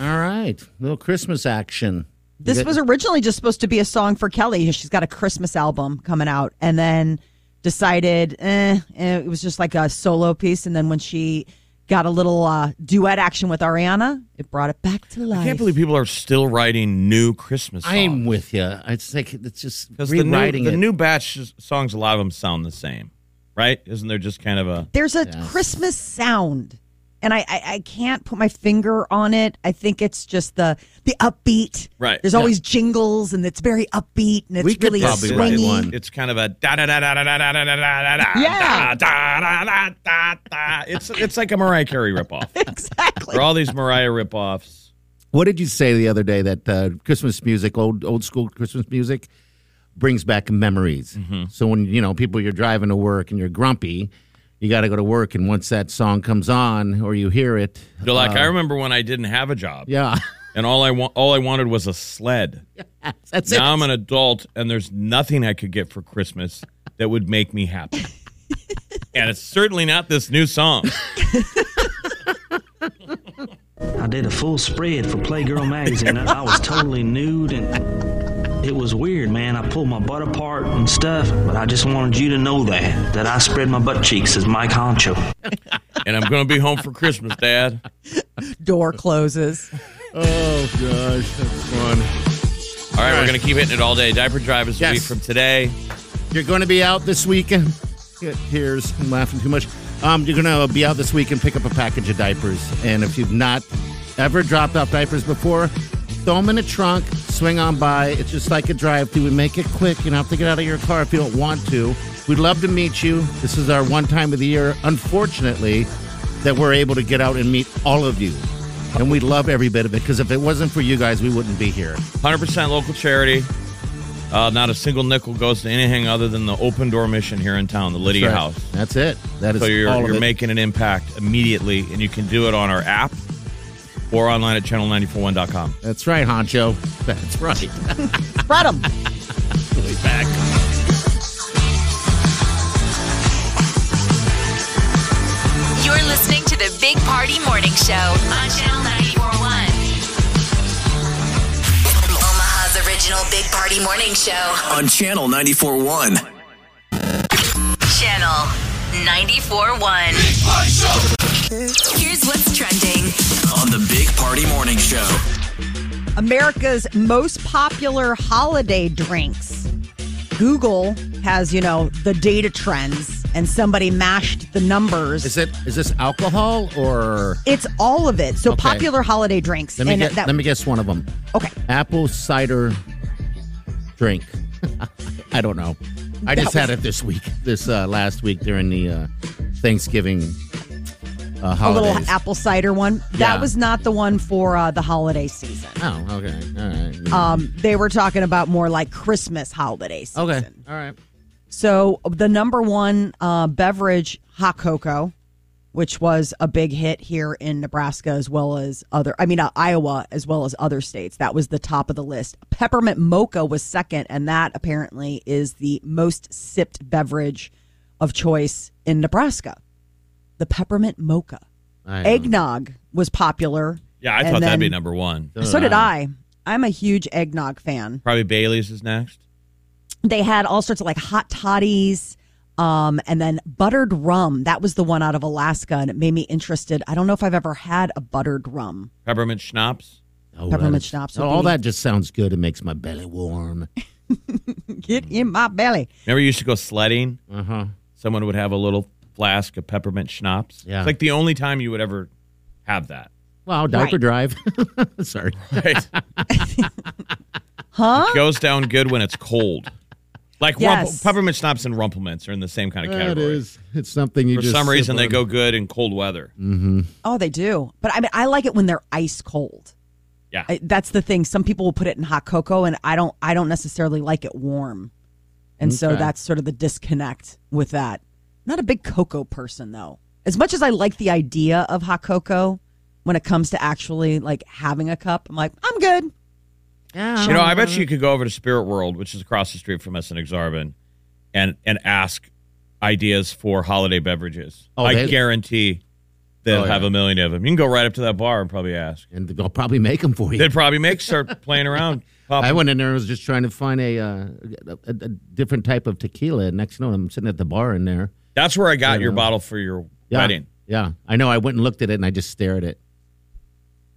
[SPEAKER 5] All right, little Christmas action.
[SPEAKER 6] This was originally just supposed to be a song for Kelly. She's got a Christmas album coming out, and then decided eh, eh, it was just like a solo piece. And then when she got a little uh, duet action with Ariana, it brought it back to life.
[SPEAKER 7] I can't believe people are still writing new Christmas songs.
[SPEAKER 5] I'm with you. It's like it's just
[SPEAKER 7] Because the new,
[SPEAKER 5] rewriting
[SPEAKER 7] the
[SPEAKER 5] it.
[SPEAKER 7] new batch s- songs, a lot of them sound the same, right? Isn't there just kind of a
[SPEAKER 6] There's a Christmas sound, and I, I I can't put my finger on it. I think it's just the the upbeat.
[SPEAKER 7] Right.
[SPEAKER 6] There's
[SPEAKER 7] Yeah.
[SPEAKER 6] always jingles, and it's very upbeat, and it's
[SPEAKER 5] We could
[SPEAKER 6] really
[SPEAKER 5] probably
[SPEAKER 6] swingy.
[SPEAKER 5] write one.
[SPEAKER 7] It's kind of a da da da da da da da da da da da
[SPEAKER 6] Yeah.
[SPEAKER 7] da da da da da. It's it's like a Mariah Carey ripoff.
[SPEAKER 6] Exactly.
[SPEAKER 7] or all these Mariah ripoffs.
[SPEAKER 5] What did you say the other day that uh, Christmas music, old old school Christmas music, brings back memories?
[SPEAKER 7] Mm-hmm.
[SPEAKER 5] So when you know people, you're driving to work and you're grumpy, you got to go to work, and once that song comes on or you hear it, uh,
[SPEAKER 7] They're like, I remember when I didn't have a job,
[SPEAKER 5] yeah,
[SPEAKER 7] and all I want all I wanted was a sled.
[SPEAKER 5] that's it.
[SPEAKER 7] Now I'm an adult, and there's nothing I could get for Christmas that would make me happy. and it's certainly not this new song.
[SPEAKER 8] I did a full spread for Playgirl magazine. I, I was totally nude and it was weird, man. I pulled my butt apart and stuff, but I just wanted you to know that that I spread my butt cheeks as Mike Honcho.
[SPEAKER 7] And I'm gonna be home for Christmas, Dad.
[SPEAKER 6] Door closes.
[SPEAKER 5] oh gosh, that's fun.
[SPEAKER 7] All right, we're gonna keep hitting it all day. Diaper drive is a
[SPEAKER 5] Yes.
[SPEAKER 7] week from today.
[SPEAKER 5] You're going to be out this weekend. Get tears. I'm laughing too much. Um, you're going to be out this week and pick up a package of diapers. And if you've not ever dropped off diapers before, throw them in a trunk, swing on by. It's just like a drive through. We make it quick. You don't have to get out of your car if you don't want to. We'd love to meet you. This is our one time of the year, unfortunately, that we're able to get out and meet all of you. And we love every bit of it because if it wasn't for you guys, we wouldn't be here.
[SPEAKER 7] 100% local charity. Uh, not a single nickel goes to anything other than the open door mission here in town, the Lydia
[SPEAKER 5] That's right.
[SPEAKER 7] House.
[SPEAKER 5] That's it. That is
[SPEAKER 7] So you're,
[SPEAKER 5] all of
[SPEAKER 7] you're
[SPEAKER 5] it.
[SPEAKER 7] making an impact immediately, and you can do it on our app or online at channel941.com.
[SPEAKER 5] That's right, Honcho. That's right.
[SPEAKER 6] Fred 'em.
[SPEAKER 3] You're listening to the Big Party Morning Show on Channel 941. Omaha's original Big Party Morning Show,
[SPEAKER 9] on Channel 94.1.
[SPEAKER 3] Channel 941. Here's what's trending.
[SPEAKER 9] On the Big Party Morning Show.
[SPEAKER 6] America's most popular holiday drinks. Google has, you know, the data trends, and somebody mashed the numbers.
[SPEAKER 5] Is it? Is this alcohol or?
[SPEAKER 6] it's all of it. So
[SPEAKER 5] Okay.
[SPEAKER 6] popular holiday drinks.
[SPEAKER 5] Let me,
[SPEAKER 6] and
[SPEAKER 5] get,
[SPEAKER 6] that,
[SPEAKER 5] let me guess one of them.
[SPEAKER 6] okay.
[SPEAKER 5] Apple cider drink. I don't know. I just had it this week, this uh, last week during the uh, Thanksgiving uh,
[SPEAKER 6] A little
[SPEAKER 5] holidays.
[SPEAKER 6] apple cider one.
[SPEAKER 5] Yeah.
[SPEAKER 6] That was not the one for uh, the holiday season.
[SPEAKER 5] Oh, okay, all right.
[SPEAKER 6] Um, they were talking about more like Christmas holiday season.
[SPEAKER 5] okay, all right.
[SPEAKER 6] So the number one uh, beverage, hot cocoa, which was a big hit here in Nebraska as well as other, I mean uh, Iowa as well as other states. That was the top of the list. Peppermint mocha was second, and that apparently is the most sipped beverage of choice in Nebraska. The peppermint mocha,
[SPEAKER 5] I don't know.
[SPEAKER 6] eggnog was popular.
[SPEAKER 7] Yeah, I
[SPEAKER 6] and
[SPEAKER 7] thought that'd be
[SPEAKER 6] then-
[SPEAKER 7] number one.
[SPEAKER 6] So did I. I'm a huge eggnog fan
[SPEAKER 7] Probably Bailey's is next.
[SPEAKER 6] they had all sorts of like hot toddies um, and then buttered rum. That was the one out of Alaska, and it made me interested. I don't know if I've ever had a buttered rum.
[SPEAKER 7] Peppermint schnapps.
[SPEAKER 5] Oh,
[SPEAKER 6] Peppermint
[SPEAKER 5] that is-
[SPEAKER 6] schnapps would
[SPEAKER 5] All
[SPEAKER 6] be-
[SPEAKER 5] that just sounds good. It makes my belly warm.
[SPEAKER 6] Get in my belly.
[SPEAKER 7] Remember, you used to go sledding.
[SPEAKER 5] Uh huh.
[SPEAKER 7] Someone would have a little flask of peppermint schnapps.
[SPEAKER 5] Yeah.
[SPEAKER 7] It's like the only time you would ever have that.
[SPEAKER 5] Wow, Oh, diaper
[SPEAKER 6] Right.
[SPEAKER 5] drive. Sorry.
[SPEAKER 7] Right. huh? It goes down good when it's cold. Like
[SPEAKER 6] Yes.
[SPEAKER 7] rumple, peppermint schnapps and rumplements are in the same kind of
[SPEAKER 5] That
[SPEAKER 7] category.
[SPEAKER 5] is. It's something you
[SPEAKER 7] For
[SPEAKER 5] just.
[SPEAKER 7] some
[SPEAKER 5] sip
[SPEAKER 7] reason, they
[SPEAKER 5] on. Mm-hmm.
[SPEAKER 7] go good in cold weather.
[SPEAKER 6] Oh, they do. But I mean, I like it when they're ice cold.
[SPEAKER 7] Yeah.
[SPEAKER 6] I, that's the thing. Some people will put it in hot cocoa, and I don't. I don't necessarily like it warm, and so
[SPEAKER 5] Okay.
[SPEAKER 6] that's sort of the disconnect with that. Not a big cocoa person though. As much as I like the idea of hot cocoa, when it comes to actually like having a cup, I'm like, I'm good.
[SPEAKER 5] Yeah.
[SPEAKER 7] You know, I bet you could go over to Spirit World, which is across the street from us in Exarban, and and ask ideas for holiday beverages.
[SPEAKER 5] Oh,
[SPEAKER 7] I
[SPEAKER 5] they-
[SPEAKER 7] guarantee they'll
[SPEAKER 5] Oh, yeah.
[SPEAKER 7] have a million of them. You can go right up to that bar and probably ask.
[SPEAKER 5] And they'll probably make them for you.
[SPEAKER 7] They'd probably make start playing around. Pop
[SPEAKER 5] I went in there and was just trying to find a, uh, a, a a different type of tequila. And next, you know, I'm sitting at the bar in there.
[SPEAKER 7] That's where I got your bottle for your
[SPEAKER 5] Yeah.
[SPEAKER 7] wedding.
[SPEAKER 5] Yeah. I know. I went and looked at it and I just stared at it.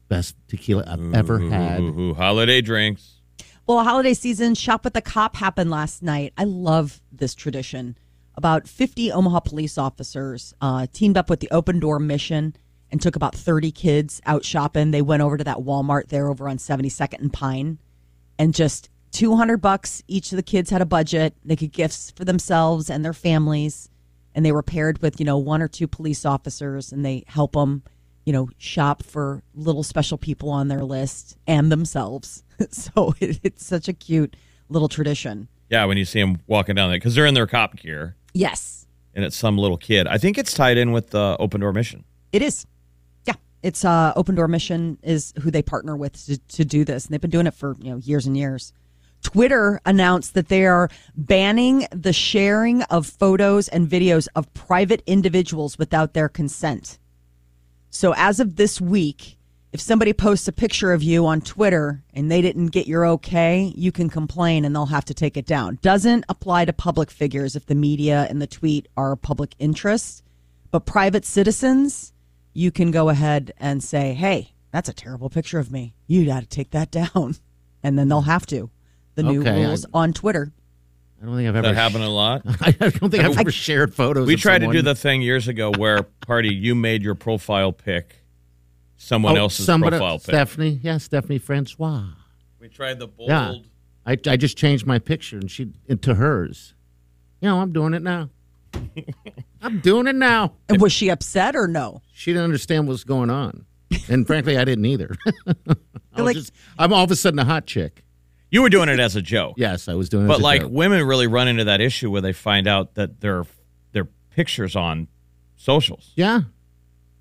[SPEAKER 5] Best tequila I've ever had.
[SPEAKER 7] Ooh, holiday drinks.
[SPEAKER 6] Well, holiday season shop with the cop happened last night. I love this tradition. About 50 Omaha police officers uh, teamed up with the Open Door Mission and took about 30 kids out shopping. They went over to that Walmart there over on 72nd and Pine and just 200 bucks each of the kids had a budget. They could gifts for themselves and their families and they were paired with, you know, one or two police officers and they help them, you know, shop for little special people on their list and themselves. so it, it's such a cute little tradition.
[SPEAKER 7] Yeah, when you see them walking down there, because they're in their cop gear
[SPEAKER 6] Yes,
[SPEAKER 7] and it's some little kid. I think it's tied in with the open door mission.
[SPEAKER 6] it is. Yeah. It's uh, Open Door Mission is who they partner with to, to do this. And they've been doing it for, you know, years and years. Twitter announced that they are banning the sharing of photos and videos of private individuals without their consent. So as of this week, if somebody posts a picture of you on Twitter and they didn't get your okay, you can complain and they'll have to take it down. Doesn't apply to public figures if the media and the tweet are a public interest, but private citizens, you can go ahead and say, "Hey, that's a terrible picture of me. You got to take that down." And then they'll have to. The new
[SPEAKER 5] Okay, I-
[SPEAKER 6] rules on Twitter.
[SPEAKER 5] I don't think I've ever.
[SPEAKER 7] That happened a lot.
[SPEAKER 5] I don't think I've ever shared photos.
[SPEAKER 7] We
[SPEAKER 5] of
[SPEAKER 7] tried to
[SPEAKER 5] someone.
[SPEAKER 7] do the thing years ago where party you made your profile pick someone
[SPEAKER 5] Oh,
[SPEAKER 7] else's
[SPEAKER 5] somebody-
[SPEAKER 7] profile pick.
[SPEAKER 5] Stephanie, yeah, Stephanie Francois.
[SPEAKER 7] We
[SPEAKER 10] We tried the bold.
[SPEAKER 5] Yeah. I, I just changed my picture and she into hers. You know, I'm doing it now. I'm doing it now.
[SPEAKER 6] And was she upset or no?
[SPEAKER 5] She didn't understand what's going on. And frankly, I didn't either. I was
[SPEAKER 6] Like-
[SPEAKER 5] just, I'm all of a sudden a hot chick.
[SPEAKER 7] You were doing it as a joke.
[SPEAKER 5] Yes, I was doing it. as
[SPEAKER 7] But
[SPEAKER 5] a
[SPEAKER 7] like
[SPEAKER 5] joke.
[SPEAKER 7] women really run into that issue where they find out that their their pictures on socials.
[SPEAKER 5] yeah.
[SPEAKER 7] Like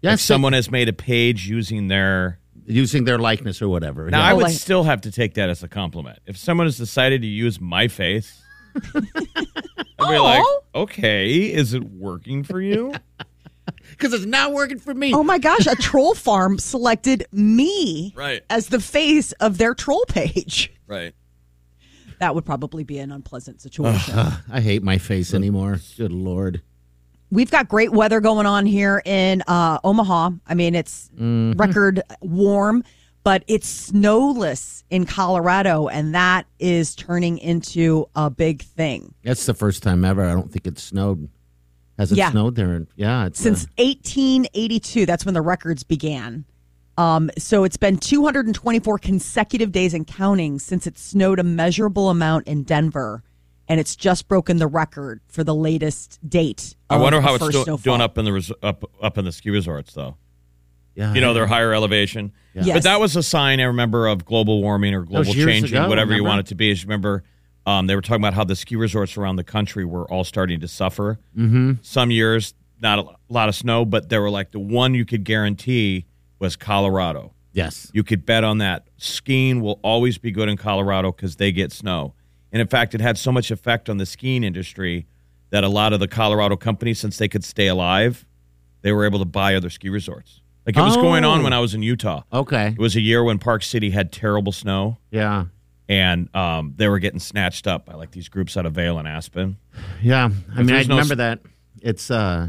[SPEAKER 5] Yes,
[SPEAKER 7] someone has made a page using their
[SPEAKER 5] using their likeness or whatever.
[SPEAKER 7] Now
[SPEAKER 5] yeah.
[SPEAKER 7] I would
[SPEAKER 6] Oh, like-
[SPEAKER 7] still have to take that as a compliment. If someone has decided to use my face, I'd be like,
[SPEAKER 6] Oh.
[SPEAKER 7] okay, is it working for you?
[SPEAKER 5] because it's not working for me.
[SPEAKER 6] Oh my gosh, a troll farm selected me
[SPEAKER 10] Right.
[SPEAKER 6] as the face of their troll page.
[SPEAKER 10] Right.
[SPEAKER 6] That would probably be an unpleasant situation.
[SPEAKER 5] I hate my face anymore. Good lord.
[SPEAKER 6] We've got great weather going on here in uh, Omaha. I mean, it's
[SPEAKER 5] Mm-hmm.
[SPEAKER 6] record warm, but it's snowless in Colorado, and that is turning into a big thing.
[SPEAKER 5] That's the first time ever. I don't think it snowed. Hasn't
[SPEAKER 6] Yeah.
[SPEAKER 5] snowed there. in- Yeah, it's, uh,
[SPEAKER 6] since 1882 that's when the records began um, so it's been 224 consecutive days and counting since it snowed a measurable amount in denver and it's just broken the record for the latest date
[SPEAKER 7] I
[SPEAKER 6] of
[SPEAKER 7] wonder
[SPEAKER 6] Oh, the
[SPEAKER 7] how it's
[SPEAKER 6] first
[SPEAKER 7] do-
[SPEAKER 6] snowfall.
[SPEAKER 7] doing up in the res- up up in the ski resorts though.
[SPEAKER 5] yeah.
[SPEAKER 7] You know, their higher elevation.
[SPEAKER 6] Yes.
[SPEAKER 7] But that was a sign I remember of global warming or global
[SPEAKER 5] years
[SPEAKER 7] changing,
[SPEAKER 5] ago,
[SPEAKER 7] whatever you
[SPEAKER 5] remember?
[SPEAKER 7] want it to be. Is you remember um, they were talking about how the ski resorts around the country were all starting to suffer. Mm-hmm. Some years, not a lo- lot of snow, but they were like the one you could guarantee was Colorado.
[SPEAKER 5] Yes.
[SPEAKER 7] You could bet on that. Skiing will always be good in Colorado because they get snow. And in fact, it had so much effect on the skiing industry that a lot of the Colorado companies, since they could stay alive, they were able to buy other ski resorts. Like it was going on
[SPEAKER 5] Oh.
[SPEAKER 7] when I was in Utah.
[SPEAKER 5] Okay.
[SPEAKER 7] It was a year when Park City had terrible snow
[SPEAKER 5] Yeah.
[SPEAKER 7] and um, they were getting snatched up by like these groups out of Vale and Aspen.
[SPEAKER 5] Yeah. I mean, I
[SPEAKER 7] there's no
[SPEAKER 5] remember
[SPEAKER 7] s-
[SPEAKER 5] that. It's uh.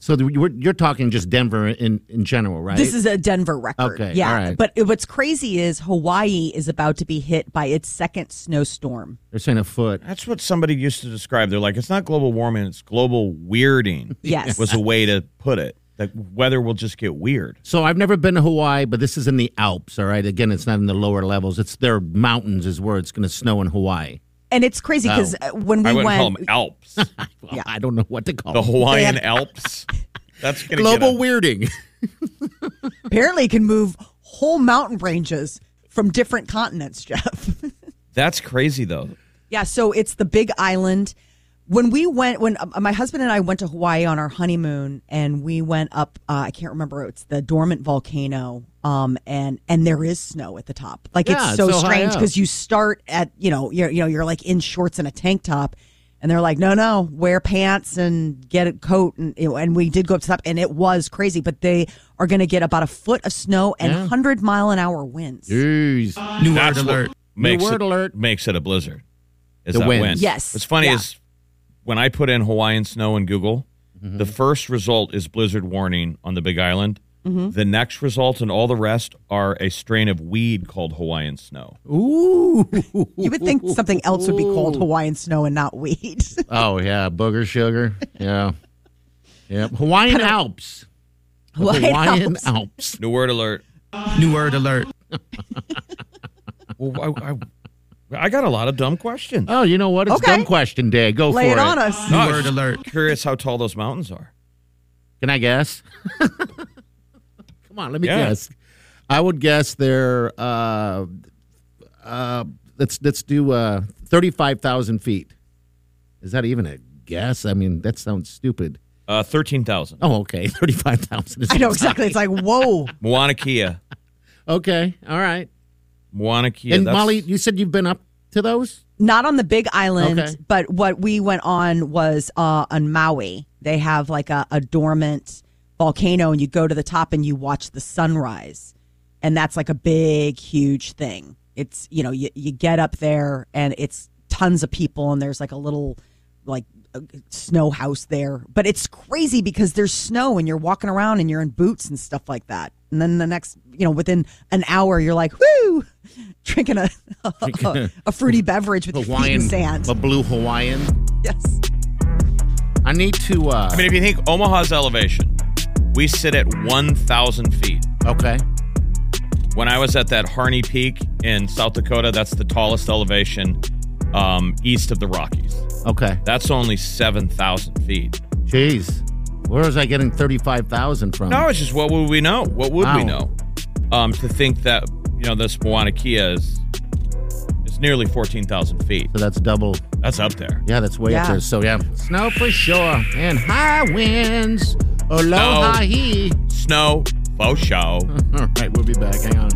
[SPEAKER 5] So the, you're, you're talking just Denver in in general, right?
[SPEAKER 6] this is a denver record
[SPEAKER 5] Okay,
[SPEAKER 6] yeah
[SPEAKER 5] all right.
[SPEAKER 6] but it- what's crazy is hawaii is about to be hit by its second snowstorm
[SPEAKER 5] They're saying a foot.
[SPEAKER 7] That's what somebody used to describe. They're like, it's not global warming, it's global weirding.
[SPEAKER 6] Yes.
[SPEAKER 7] Was a way to put it. That weather will just get weird.
[SPEAKER 5] So I've never been to Hawaii, but this is in the Alps. All right. Again, it's not in the lower levels. It's their mountains is where it's going to snow in Hawaii. Oh.
[SPEAKER 6] and it's crazy because when we
[SPEAKER 7] I wouldn't
[SPEAKER 6] went
[SPEAKER 7] call them Alps.
[SPEAKER 5] Well, I don't know what to call
[SPEAKER 7] the
[SPEAKER 5] it.
[SPEAKER 7] Hawaiian Alps. That's gonna
[SPEAKER 5] global
[SPEAKER 7] Get
[SPEAKER 5] weirding.
[SPEAKER 6] apparently it can move whole mountain ranges from different continents jeff
[SPEAKER 7] a, that's crazy though.
[SPEAKER 6] Yeah, so it's the Big Island. When we went, when uh, my husband and I went to Hawaii on our honeymoon, and we went up, uh, I can't remember, it's the dormant volcano, um, and and there is snow at the top. Like
[SPEAKER 5] Yeah, it's
[SPEAKER 6] it's so
[SPEAKER 5] so high
[SPEAKER 6] strange
[SPEAKER 5] up.
[SPEAKER 6] because you start at you know you're, you know you're like in shorts and a tank top, and they're like, no, no, wear pants and get a coat, and you know, and we did go up to the top, and it was crazy, but they are going to get about a foot of snow and
[SPEAKER 5] Yeah.
[SPEAKER 6] hundred mile an hour winds.
[SPEAKER 5] Jeez. New
[SPEAKER 7] That's what Makes
[SPEAKER 5] word
[SPEAKER 7] it,
[SPEAKER 5] alert.
[SPEAKER 7] Makes it a blizzard. Is
[SPEAKER 5] The
[SPEAKER 7] that
[SPEAKER 5] wind.
[SPEAKER 7] wind?
[SPEAKER 6] Yes.
[SPEAKER 7] What's funny
[SPEAKER 6] Yeah.
[SPEAKER 7] is when I put in Hawaiian snow in Google,
[SPEAKER 5] Mm-hmm.
[SPEAKER 7] the first result is blizzard warning on the Big Island.
[SPEAKER 6] Mm-hmm.
[SPEAKER 7] The next result and all the rest are a strain of weed called Hawaiian snow.
[SPEAKER 5] Ooh.
[SPEAKER 6] You would think something else would be called Hawaiian snow and not weed.
[SPEAKER 5] Oh yeah, booger sugar. Yeah. Yep. Hawaiian Alps. The Hawaiian Alps.
[SPEAKER 7] New word alert.
[SPEAKER 5] New word alert.
[SPEAKER 7] Well, I, I, I got a lot of dumb questions.
[SPEAKER 5] Oh, you know what? It's
[SPEAKER 6] Okay.
[SPEAKER 5] dumb question day. Go
[SPEAKER 6] Lay
[SPEAKER 5] for
[SPEAKER 6] it
[SPEAKER 5] it.
[SPEAKER 6] on us.
[SPEAKER 7] No, I was
[SPEAKER 5] alert.
[SPEAKER 7] Curious how tall those mountains are.
[SPEAKER 5] Can I guess? Come on, let me
[SPEAKER 7] Yeah.
[SPEAKER 5] guess. I would guess they're uh, uh, let's let's do uh, thirty-five thousand feet. Is that even a guess? I mean, that sounds stupid.
[SPEAKER 7] Uh, thirteen thousand.
[SPEAKER 5] Oh, okay, thirty-five thousand.
[SPEAKER 6] I know exactly. It's like, whoa.
[SPEAKER 7] Mauna Kea.
[SPEAKER 5] Okay, all right.
[SPEAKER 7] Mauna Kea.
[SPEAKER 5] and
[SPEAKER 7] that's-
[SPEAKER 5] Molly, you said you've been up to those.
[SPEAKER 6] Not on the Big Island,
[SPEAKER 5] Okay.
[SPEAKER 6] but what we went on was uh, on Maui. They have like a, a dormant volcano, and you go to the top and you watch the sunrise. And that's like a big, huge thing. It's, you know, you, you get up there and it's tons of people, and there's like a little, like, a snow house there. But it's crazy because there's snow and you're walking around and you're in boots and stuff like that. And then the next, you know, within an hour, you're like, whoo, drinking a, a, a fruity beverage with your feet in sand.
[SPEAKER 5] a blue Hawaiian.
[SPEAKER 6] Yes.
[SPEAKER 5] I need to. Uh,
[SPEAKER 7] I mean, if you think Omaha's elevation, we sit at one thousand feet.
[SPEAKER 5] okay,
[SPEAKER 7] when I was at that Harney Peak in South Dakota, that's the tallest elevation um, east of the Rockies.
[SPEAKER 5] Okay.
[SPEAKER 7] That's only 7,000 feet.
[SPEAKER 5] Jeez. Where was I getting 35,000 from?
[SPEAKER 7] No, it's just what would we know? What would
[SPEAKER 5] Wow.
[SPEAKER 7] we know? Um, to think that, you know, this Moana Kia is, is nearly 14,000 feet.
[SPEAKER 5] So that's double.
[SPEAKER 7] That's up there.
[SPEAKER 5] Yeah, that's way up
[SPEAKER 6] Yeah.
[SPEAKER 5] there. So, yeah. Snow for sure. And high winds. Aloha he.
[SPEAKER 7] Snow, faux show.
[SPEAKER 5] All right, we'll be back. Hang on.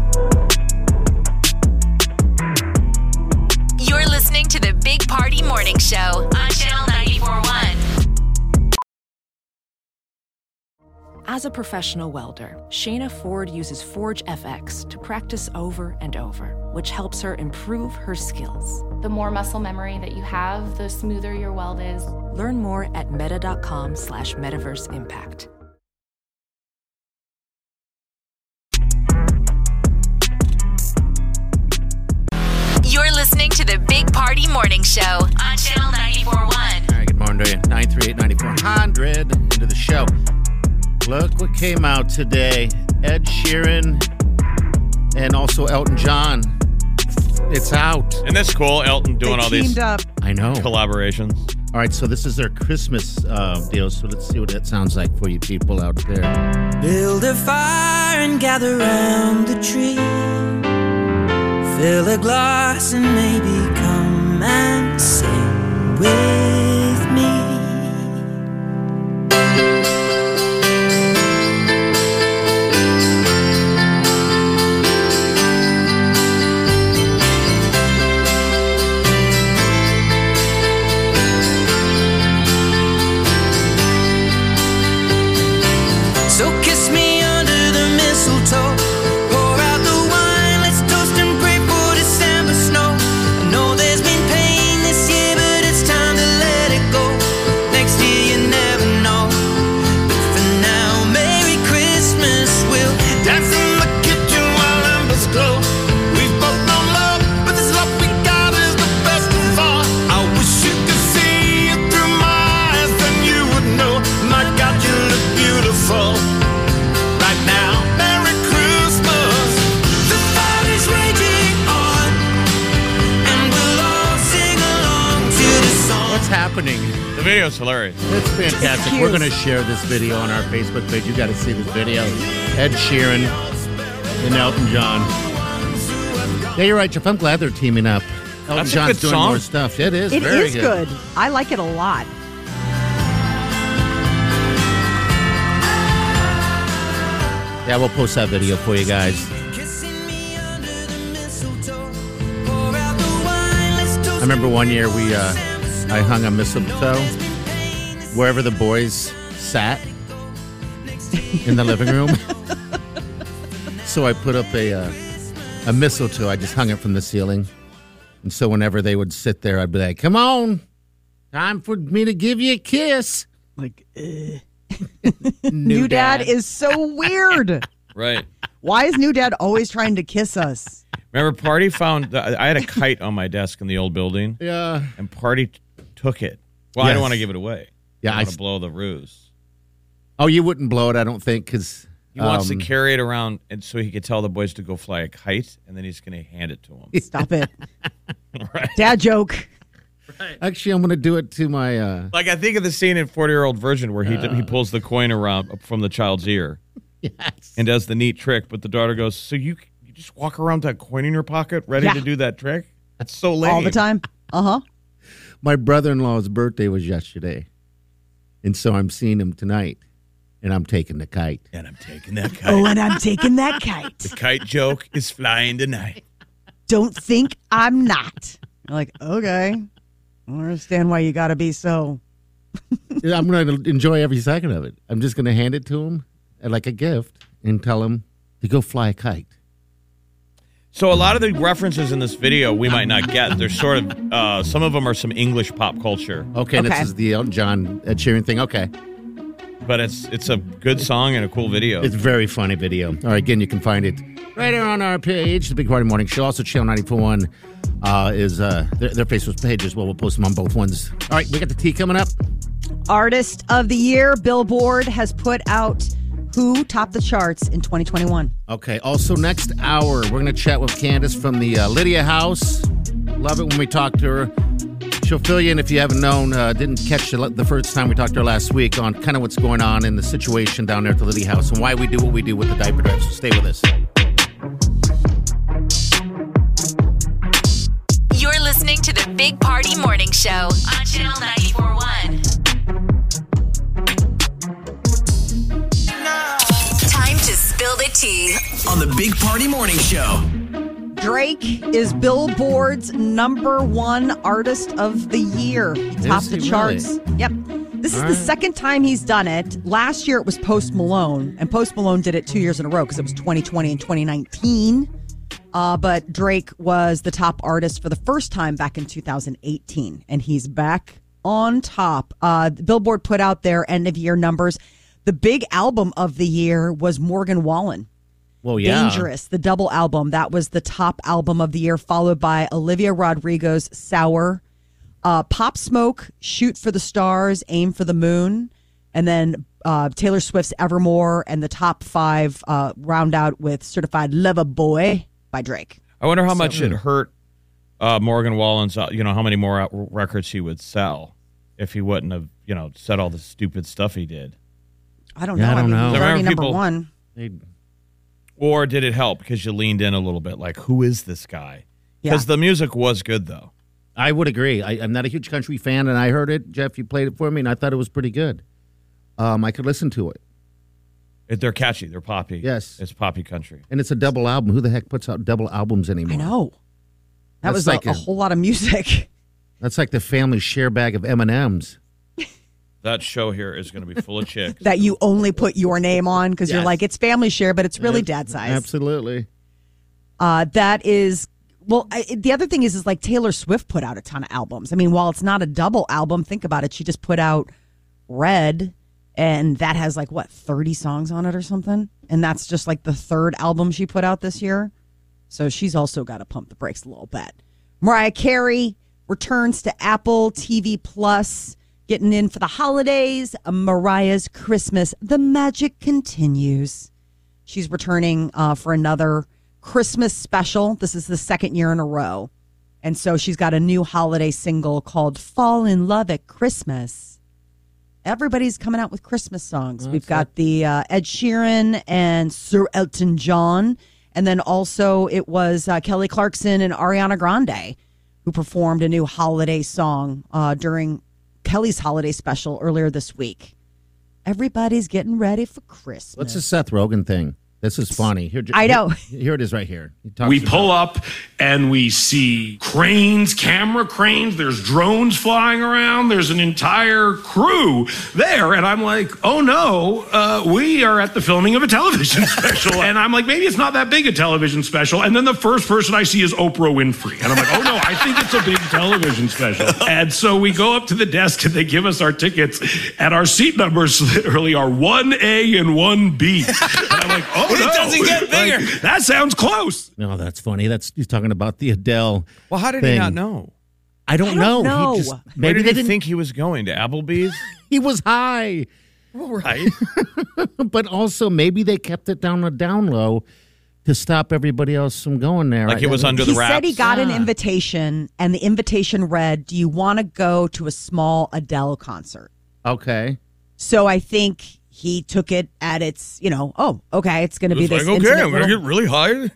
[SPEAKER 3] You're listening to the Big Party Morning Show on Channel 941.
[SPEAKER 10] As a professional welder, Shayna Ford uses Forge FX to practice over and over, which helps her improve her skills.
[SPEAKER 11] The more muscle memory that you have, the smoother your weld is.
[SPEAKER 10] Learn more at meta.com slash metaverse impact.
[SPEAKER 3] You're listening to the Big Party Morning Show on Channel 941.
[SPEAKER 5] All right, good morning to you. 938-9400 into the show. Look what came out today. Ed Sheeran and also Elton John. It's out.
[SPEAKER 7] And that's cool. Elton doing
[SPEAKER 6] they
[SPEAKER 7] all
[SPEAKER 6] teamed
[SPEAKER 7] these
[SPEAKER 6] up.
[SPEAKER 5] I know. All
[SPEAKER 7] collaborations.
[SPEAKER 5] right, so this is their Christmas uh, deal. So let's see what that sounds like for you people out there.
[SPEAKER 1] Build a fire and gather round the tree. Fill a glass and maybe come and sing with me. So kiss me under the mistletoe. Pour out the wine, let's toast and pray for December snow. I know there's been pain this year, but it's time to let it go. Next year you never know. But for now, Merry Christmas. We'll dance in the kitchen while embers glow. We've both known love, but this love we got is the best of all. I wish you could see it through my eyes, then you would know. My God, you look beautiful right now. Merry Christmas. The fight is raging on, and we'll all sing along to the song.
[SPEAKER 5] What's happening?
[SPEAKER 7] The video's hilarious.
[SPEAKER 5] It's fantastic.
[SPEAKER 6] It's
[SPEAKER 5] We're
[SPEAKER 6] cute.
[SPEAKER 5] going to share this video on our Facebook page. You got to see this video. Ed Sheeran and Elton John. Yeah, you're right, Jeff. I'm glad they're teaming up. Elton
[SPEAKER 7] That's a
[SPEAKER 5] John's
[SPEAKER 7] good
[SPEAKER 5] doing
[SPEAKER 7] song.
[SPEAKER 5] more stuff. It is
[SPEAKER 6] It
[SPEAKER 5] very
[SPEAKER 6] is good. I like it a lot.
[SPEAKER 5] Yeah, we'll post that video for you guys. I remember one year we, uh, I hung a mistletoe wherever the boys sat in the living room. so I put up a uh, a mistletoe. I just hung it from the ceiling, and so whenever they would sit there, I'd be like, "Come on, time for me to give you a kiss."
[SPEAKER 6] Like, eh.
[SPEAKER 5] New,
[SPEAKER 6] new dad. is so weird.
[SPEAKER 7] Right.
[SPEAKER 6] Why is new dad always trying to kiss us?
[SPEAKER 7] Remember, Party found, I had a kite on my desk in the old building.
[SPEAKER 5] yeah.
[SPEAKER 7] and Party t- took it. Well, I
[SPEAKER 5] Yes.
[SPEAKER 7] don't want to give it away.
[SPEAKER 5] Yeah,
[SPEAKER 7] I
[SPEAKER 5] I
[SPEAKER 7] want
[SPEAKER 5] s-
[SPEAKER 7] to blow the ruse.
[SPEAKER 5] Oh, you wouldn't blow it, I don't think, um, because
[SPEAKER 7] He wants to carry it around, and so he could tell the boys to go fly a kite, and then he's going to hand it to them.
[SPEAKER 6] Stop it. Dad joke.
[SPEAKER 5] Actually, I'm going to do it to my. Uh,
[SPEAKER 7] like I think of the scene in Forty Year Old Virgin where he d he pulls the coin around up from the child's ear
[SPEAKER 5] yes.
[SPEAKER 7] and does the neat trick, but the daughter goes, "So you c- you just walk around with that coin in your pocket, ready
[SPEAKER 5] Yeah.
[SPEAKER 7] to do that trick? That's so lame.
[SPEAKER 6] All the time. Uh huh.
[SPEAKER 5] Uh-huh. My brother-in-law's birthday was yesterday, and so I'm seeing him tonight, and I'm taking the kite.
[SPEAKER 7] And I'm taking that kite.
[SPEAKER 6] Oh, and I'm taking that kite.
[SPEAKER 7] The kite joke is flying tonight.
[SPEAKER 6] Don't think I'm not. You're like, okay. I don't understand why you got to be so.
[SPEAKER 5] I'm going to enjoy every second of it. I'm just going to hand it to him uh, like a gift and tell him to go fly a kite.
[SPEAKER 7] So a lot of the references in this video we might not get. They're sort of uh, some of them are some English pop culture,
[SPEAKER 5] Okay, this
[SPEAKER 6] Okay.
[SPEAKER 5] is the Elton John Ed Sheeran thing. Okay,
[SPEAKER 7] but it's it's a good song and a cool video.
[SPEAKER 5] it's a very funny video. All right, again, you can find it right here on our page, the Big Party Morning Show. Also, Channel 941 uh, is uh, their, their Facebook page as well. We'll post them on both ones. All right, we got the tea coming up.
[SPEAKER 6] Artist of the Year, Billboard has put out who topped the charts in 2021?
[SPEAKER 5] Okay. Also, next hour, we're going to chat with Candace from the uh, Lydia House. Love it when we talk to her. She'll fill you in if you haven't known, uh, didn't catch the, the first time we talked to her last week on kind of what's going on in the situation down there at the Lydia House and why we do what we do with the diaper drive. So stay with us.
[SPEAKER 3] You're listening to the Big Party Morning Show on Channel 941. Time to spill the tea.
[SPEAKER 9] on the Big Party Morning Show.
[SPEAKER 6] Drake is Billboard's number one artist of the year. He topped
[SPEAKER 5] he
[SPEAKER 6] the charts. Yep. This is
[SPEAKER 5] All
[SPEAKER 6] the
[SPEAKER 5] right.
[SPEAKER 6] second time he's done it. Last year it was Post Malone, and Post Malone did it two years in a row because it was 2020 and 2019. Uh, but Drake was the top artist for the first time back in 2018, and he's back on top. Uh, the Billboard put out their end of year numbers. The big album of the year was Morgan Wallen.
[SPEAKER 5] Well, Oh, yeah.
[SPEAKER 6] Dangerous, the double album. That was the top album of the year, followed by Olivia Rodrigo's Sour, uh, Pop Smoke, Shoot for the Stars, Aim for the Moon, and then uh, Taylor Swift's Evermore, and the top five uh, round out with Certified Lover Boy by Drake.
[SPEAKER 7] I wonder how much it hurt uh, Morgan Wallen's, uh, you know, how many more out- records he would sell if he wouldn't have, you know, said all the stupid stuff he did.
[SPEAKER 6] I don't
[SPEAKER 5] Yeah,
[SPEAKER 6] know.
[SPEAKER 5] I don't
[SPEAKER 6] mean,
[SPEAKER 5] know.
[SPEAKER 6] he's
[SPEAKER 5] There
[SPEAKER 6] already
[SPEAKER 7] aren't
[SPEAKER 6] number
[SPEAKER 7] people-
[SPEAKER 6] one.
[SPEAKER 5] They-
[SPEAKER 7] Or did it help because you leaned in a little bit? Like, who is this guy? Because the music was good, though.
[SPEAKER 5] I would agree. I, I'm not a huge country fan, and I heard it. Jeff, you played it for me, and I thought it was pretty good. Um, I could listen to it.
[SPEAKER 7] It- They're catchy. They're poppy.
[SPEAKER 5] Yes.
[SPEAKER 7] It's poppy country.
[SPEAKER 5] And it's a double album. Who the heck puts out double albums
[SPEAKER 6] I
[SPEAKER 5] anymore?
[SPEAKER 6] know. That
[SPEAKER 5] That's
[SPEAKER 6] was a-
[SPEAKER 5] like
[SPEAKER 6] a,
[SPEAKER 5] a-
[SPEAKER 6] whole lot of music.
[SPEAKER 5] That's like the family share bag of M&Ms.
[SPEAKER 7] That show here is going to be full of chicks.
[SPEAKER 6] That you only put your name on because you're
[SPEAKER 5] Yes.
[SPEAKER 6] like, it's family share, but it's really
[SPEAKER 5] Ab-
[SPEAKER 6] dad size.
[SPEAKER 5] Absolutely.
[SPEAKER 6] Uh, that is well. I, the other thing is, is like Taylor Swift put out a ton of albums. I mean, while it's not a double album, think about it. She just put out Red, and that has like what thirty songs on it or something, and that's just like the third album she put out this year. So she's also got to pump the brakes a little bit. Mariah Carey returns to Apple TV Plus, getting in for the holidays. Mariah's Christmas, the magic continues. She's returning uh, for another Christmas special. This is the second year in a row. And so she's got a new holiday single called Fall in Love at Christmas. Everybody's coming out with Christmas songs. We've got the uh, Ed Sheeran and Sir Elton John. And then also it was uh, Kelly Clarkson and Ariana Grande who performed a new holiday song uh, during Kelly's holiday special earlier this week. Everybody's getting ready for Christmas.
[SPEAKER 5] What's the Seth Rogen thing? This is funny. Here,
[SPEAKER 6] I know.
[SPEAKER 5] Here, here it is right here. He talks
[SPEAKER 12] We
[SPEAKER 5] about-
[SPEAKER 12] pull up and we see cranes, camera cranes, there's drones flying around, there's an entire crew there. And I'm like, oh no, uh, we are at the filming of a television special. and I'm like, maybe it's not that big a television special. And then the first person I see is Oprah Winfrey. And I'm like, oh no, I think it's a big television special. And so we go up to the desk and they give us our tickets, and our seat numbers literally are 1A and 1B. And I'm like, oh
[SPEAKER 4] It
[SPEAKER 12] no.
[SPEAKER 4] doesn't get
[SPEAKER 12] Like, that sounds close.
[SPEAKER 5] No, that's funny. That's he's talking about the Adele.
[SPEAKER 7] Well, how did he
[SPEAKER 5] thing.
[SPEAKER 7] not know?
[SPEAKER 5] I don't,
[SPEAKER 6] I don't know.
[SPEAKER 5] He just,
[SPEAKER 6] Where
[SPEAKER 7] Maybe
[SPEAKER 5] maybe
[SPEAKER 7] Where
[SPEAKER 5] they
[SPEAKER 7] did he
[SPEAKER 5] didn't
[SPEAKER 7] think he was going to Applebee's?
[SPEAKER 5] he was high,
[SPEAKER 7] well, right.
[SPEAKER 5] but also maybe they kept it down the down low to stop everybody else from going there.
[SPEAKER 7] Like it was under
[SPEAKER 6] he
[SPEAKER 7] the wraps.
[SPEAKER 6] said he got an
[SPEAKER 5] Ah.
[SPEAKER 6] invitation, and the invitation read, "Do you want to go to a small Adele concert?"
[SPEAKER 5] Okay.
[SPEAKER 6] So I think he took it at its, you know, oh, okay, it's going to be this. intimate
[SPEAKER 7] gonna
[SPEAKER 6] little-
[SPEAKER 7] really high.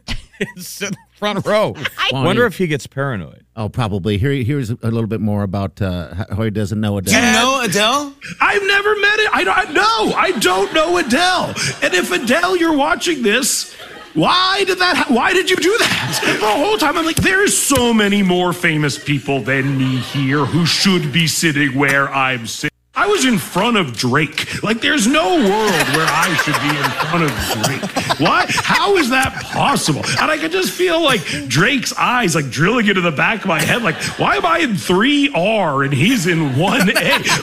[SPEAKER 7] Sit in the front row. Wonder if he gets paranoid.
[SPEAKER 5] Oh, probably. Here, here's a little bit more about uh, how he doesn't know Adele.
[SPEAKER 9] know Adele?
[SPEAKER 12] I've never met it. I don't know. I don't know Adele. And if Adele, you're watching this, why did that? ha- Why did you do that? The whole time I'm like, there's so many more famous people than me here who should be sitting where I'm sitting. I was in front of Drake. Like, there's no world where I should be in front of Drake. Why? How is that possible? And I could just feel like Drake's eyes, like drilling into the back of my head. Like, why am I in three R and he's in one A?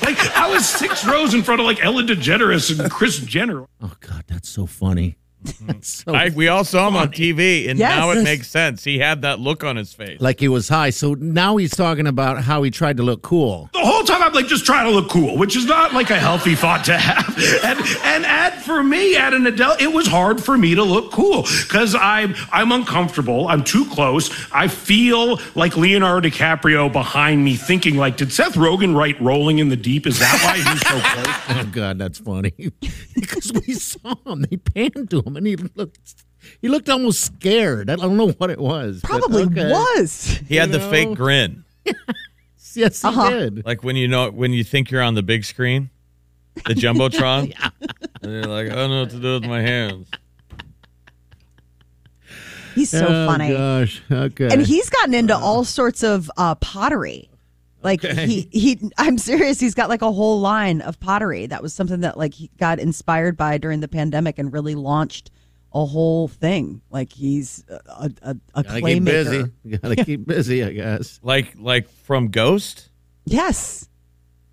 [SPEAKER 12] Like, I was six rows in front of like Ellen DeGeneres and Chris Jenner.
[SPEAKER 5] Oh God, that's so funny. So-
[SPEAKER 7] I, we all saw him on TV, and
[SPEAKER 5] Yes.
[SPEAKER 7] now it
[SPEAKER 5] Yes.
[SPEAKER 7] makes sense. He had that look on his face.
[SPEAKER 5] like he was high. So now he's talking about how he tried to look cool.
[SPEAKER 12] The whole time I'm like just trying to look cool, which is not like a healthy thought to have. And and at for me at an Adele, it was hard for me to look cool because I'm I'm uncomfortable. I'm too close. I feel like Leonardo DiCaprio behind me, thinking like, did Seth Rogen write "Rolling in the Deep"? Is that why he's so close?
[SPEAKER 5] Oh God, that's funny. because we saw him, they panned to him, and he looked he looked almost scared. I don't know what it was. but
[SPEAKER 6] Probably
[SPEAKER 5] okay.
[SPEAKER 6] was.
[SPEAKER 7] He had
[SPEAKER 5] You
[SPEAKER 7] the
[SPEAKER 5] know?
[SPEAKER 7] fake grin,
[SPEAKER 5] Yes, he
[SPEAKER 6] Uh-huh.
[SPEAKER 5] did.
[SPEAKER 7] like when you know when you think you're on the big screen, the jumbotron, and you're like, I don't know what to do with my hands.
[SPEAKER 6] He's so
[SPEAKER 5] oh,
[SPEAKER 6] funny.
[SPEAKER 5] Gosh, okay.
[SPEAKER 6] And he's gotten into all sorts of uh, pottery. Like
[SPEAKER 5] Okay.
[SPEAKER 6] he he I'm serious, he's got like a whole line of pottery. That was something that like he got inspired by during the pandemic and really launched a whole thing. Like he's a a, a
[SPEAKER 5] gotta
[SPEAKER 6] clay
[SPEAKER 5] keep
[SPEAKER 6] maker.
[SPEAKER 5] busy. Gotta keep busy, I guess.
[SPEAKER 7] Like like from Ghost.
[SPEAKER 6] Yes.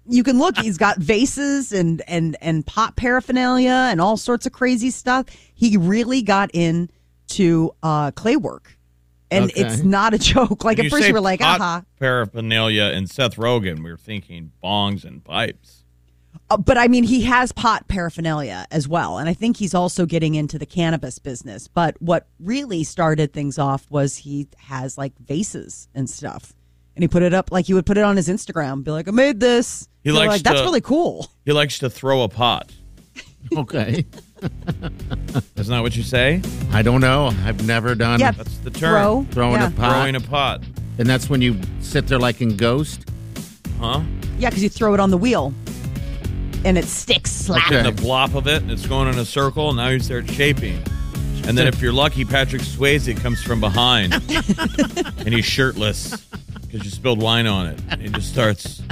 [SPEAKER 6] You can look, he's got vases and and and pot paraphernalia and all sorts of crazy stuff. He really got into uh clay work. And
[SPEAKER 7] Okay.
[SPEAKER 6] it's not a joke. Like
[SPEAKER 7] When
[SPEAKER 6] at first
[SPEAKER 7] say
[SPEAKER 6] you were like, "Uh-huh."
[SPEAKER 7] pot
[SPEAKER 6] aha.
[SPEAKER 7] paraphernalia and Seth Rogen. We were thinking bongs and pipes.
[SPEAKER 6] Uh, but I mean, he has pot paraphernalia as well. And I think he's also getting into the cannabis business. But what really started things off was he has like vases and stuff. And he put it up, like he would put it on his Instagram, be like, I made this.
[SPEAKER 7] He
[SPEAKER 6] And they're
[SPEAKER 7] likes
[SPEAKER 6] like, that's
[SPEAKER 7] to-
[SPEAKER 6] really cool.
[SPEAKER 7] He likes to throw a pot.
[SPEAKER 5] Okay.
[SPEAKER 7] Isn't that what you say?
[SPEAKER 5] I don't know. I've never done
[SPEAKER 6] Yeah,
[SPEAKER 7] That's the term.
[SPEAKER 5] throwing
[SPEAKER 6] yeah.
[SPEAKER 5] a pot.
[SPEAKER 7] Throwing a pot.
[SPEAKER 5] and that's when you sit there like in Ghost.
[SPEAKER 7] Huh?
[SPEAKER 6] Yeah, because you throw it on the wheel and it sticks slap.
[SPEAKER 7] And
[SPEAKER 5] Okay.
[SPEAKER 7] the blop of it, and it's going in a circle, and now you start shaping. And then if you're lucky, Patrick Swayze comes from behind, and he's shirtless because you spilled wine on it. And he just starts,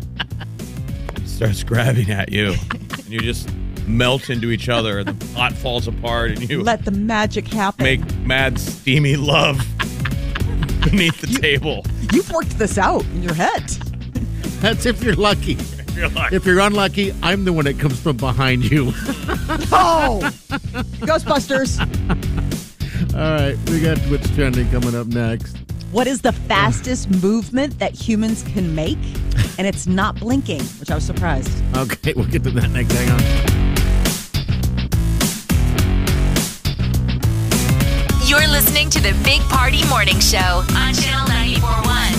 [SPEAKER 7] he starts grabbing at you, and you just melt into each other, and the pot falls apart, and you
[SPEAKER 6] Let the magic happen.
[SPEAKER 7] make mad steamy love beneath the table.
[SPEAKER 6] You've worked this out in your head.
[SPEAKER 5] That's if you're lucky.
[SPEAKER 7] You're like,
[SPEAKER 5] If you're unlucky, I'm the one that comes from behind you.
[SPEAKER 6] Oh, Ghostbusters.
[SPEAKER 5] All right, we got what's trending coming up next.
[SPEAKER 6] What is the fastest movement that humans can make? And it's not blinking, which I was surprised.
[SPEAKER 5] Okay, we'll get to that next. Hang on.
[SPEAKER 3] You're listening to the Big Party Morning Show on Channel 941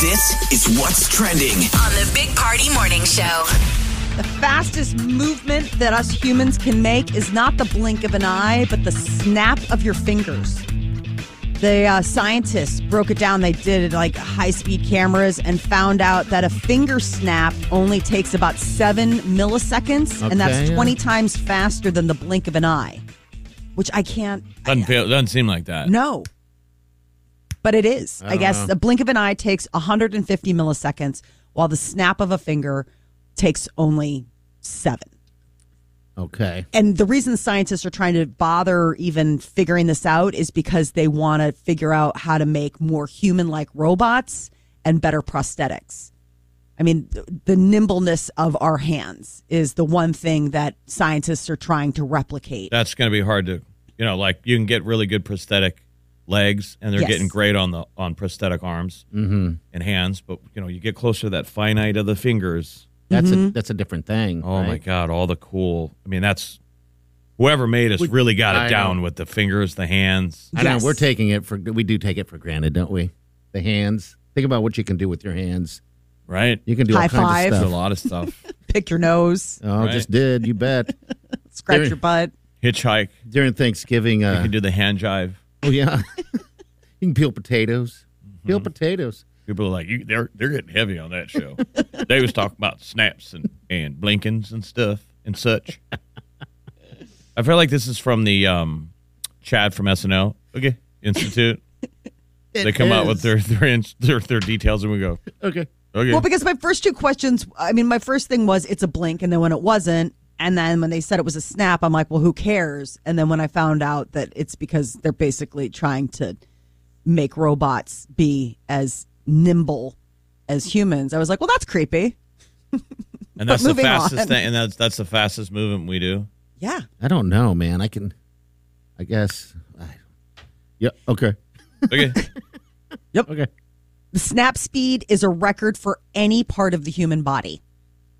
[SPEAKER 9] This is what's trending.
[SPEAKER 3] on the Big Party Morning Show.
[SPEAKER 6] The fastest movement that us humans can make is not the blink of an eye, but the snap of your fingers. The uh, scientists broke it down. They did like high speed cameras and found out that a finger snap only takes about seven milliseconds, and that's
[SPEAKER 5] Okay.
[SPEAKER 6] 20 times faster than the blink of an eye, which I can't.
[SPEAKER 7] doesn't, feel, doesn't seem like that.
[SPEAKER 6] No. But it is. I,
[SPEAKER 5] Uh. don't
[SPEAKER 6] guess
[SPEAKER 5] know.
[SPEAKER 6] a blink of an eye takes 150 milliseconds, while the snap of a finger takes only seven.
[SPEAKER 5] Okay.
[SPEAKER 6] And the reason scientists are trying to bother even figuring this out is because they want to figure out how to make more human like robots and better prosthetics. I mean, th- the nimbleness of our hands is the one thing that scientists are trying to replicate.
[SPEAKER 7] that's going to be hard to you know like you can get really good prosthetic legs and they're
[SPEAKER 6] Yes.
[SPEAKER 7] getting great on the on prosthetic arms
[SPEAKER 5] Mm-hmm.
[SPEAKER 7] and hands but you know you get closer to that finite of the fingers
[SPEAKER 5] That's
[SPEAKER 6] Mm-hmm.
[SPEAKER 5] a that's a different thing.
[SPEAKER 7] oh my
[SPEAKER 5] right?
[SPEAKER 7] god all the cool i mean that's whoever made us really got it
[SPEAKER 5] I
[SPEAKER 7] down
[SPEAKER 5] know.
[SPEAKER 7] with the fingers the hands
[SPEAKER 5] I
[SPEAKER 6] Yes.
[SPEAKER 5] know we're taking it for we do take it for granted, don't we? The hands. Think about what you can do with your hands.
[SPEAKER 7] right
[SPEAKER 5] You can do
[SPEAKER 6] High
[SPEAKER 5] all kinds
[SPEAKER 6] five.
[SPEAKER 5] of
[SPEAKER 7] a
[SPEAKER 5] stuff.
[SPEAKER 7] lot of stuff
[SPEAKER 6] Pick your nose,
[SPEAKER 5] Oh,
[SPEAKER 7] Right.
[SPEAKER 5] just did. You bet.
[SPEAKER 6] scratch
[SPEAKER 5] There-
[SPEAKER 6] your butt.
[SPEAKER 7] hitchhike
[SPEAKER 5] During Thanksgiving,
[SPEAKER 7] you
[SPEAKER 5] uh,
[SPEAKER 7] can do the hand jive
[SPEAKER 5] oh yeah, you can peel potatoes.
[SPEAKER 7] Mm-hmm.
[SPEAKER 5] Peel potatoes.
[SPEAKER 7] people are like you, they're they're getting heavy on that show they was talking about snaps and and blinkings and stuff and such i feel like this is from the um chad from snl okay institute they
[SPEAKER 5] It
[SPEAKER 7] come out with
[SPEAKER 5] is.
[SPEAKER 7] their their, ins- their their details and we go
[SPEAKER 5] okay.
[SPEAKER 7] okay
[SPEAKER 6] Well, because my first two questions, I mean, my first thing was it's a blink, and then when it wasn't, and then when they said it was a snap, I'm like, well, who cares? And then when I found out that it's because they're basically trying to make robots be as nimble as humans, I was like, well, that's creepy.
[SPEAKER 7] and that's the
[SPEAKER 6] moving
[SPEAKER 7] fastest
[SPEAKER 6] on.
[SPEAKER 7] thing and that's that's the fastest movement we do
[SPEAKER 6] Yeah.
[SPEAKER 5] I don't know, man. I can, I guess. I, yeah. Okay.
[SPEAKER 7] Okay.
[SPEAKER 5] yep. Okay.
[SPEAKER 6] The snap speed is a record for any part of the human body.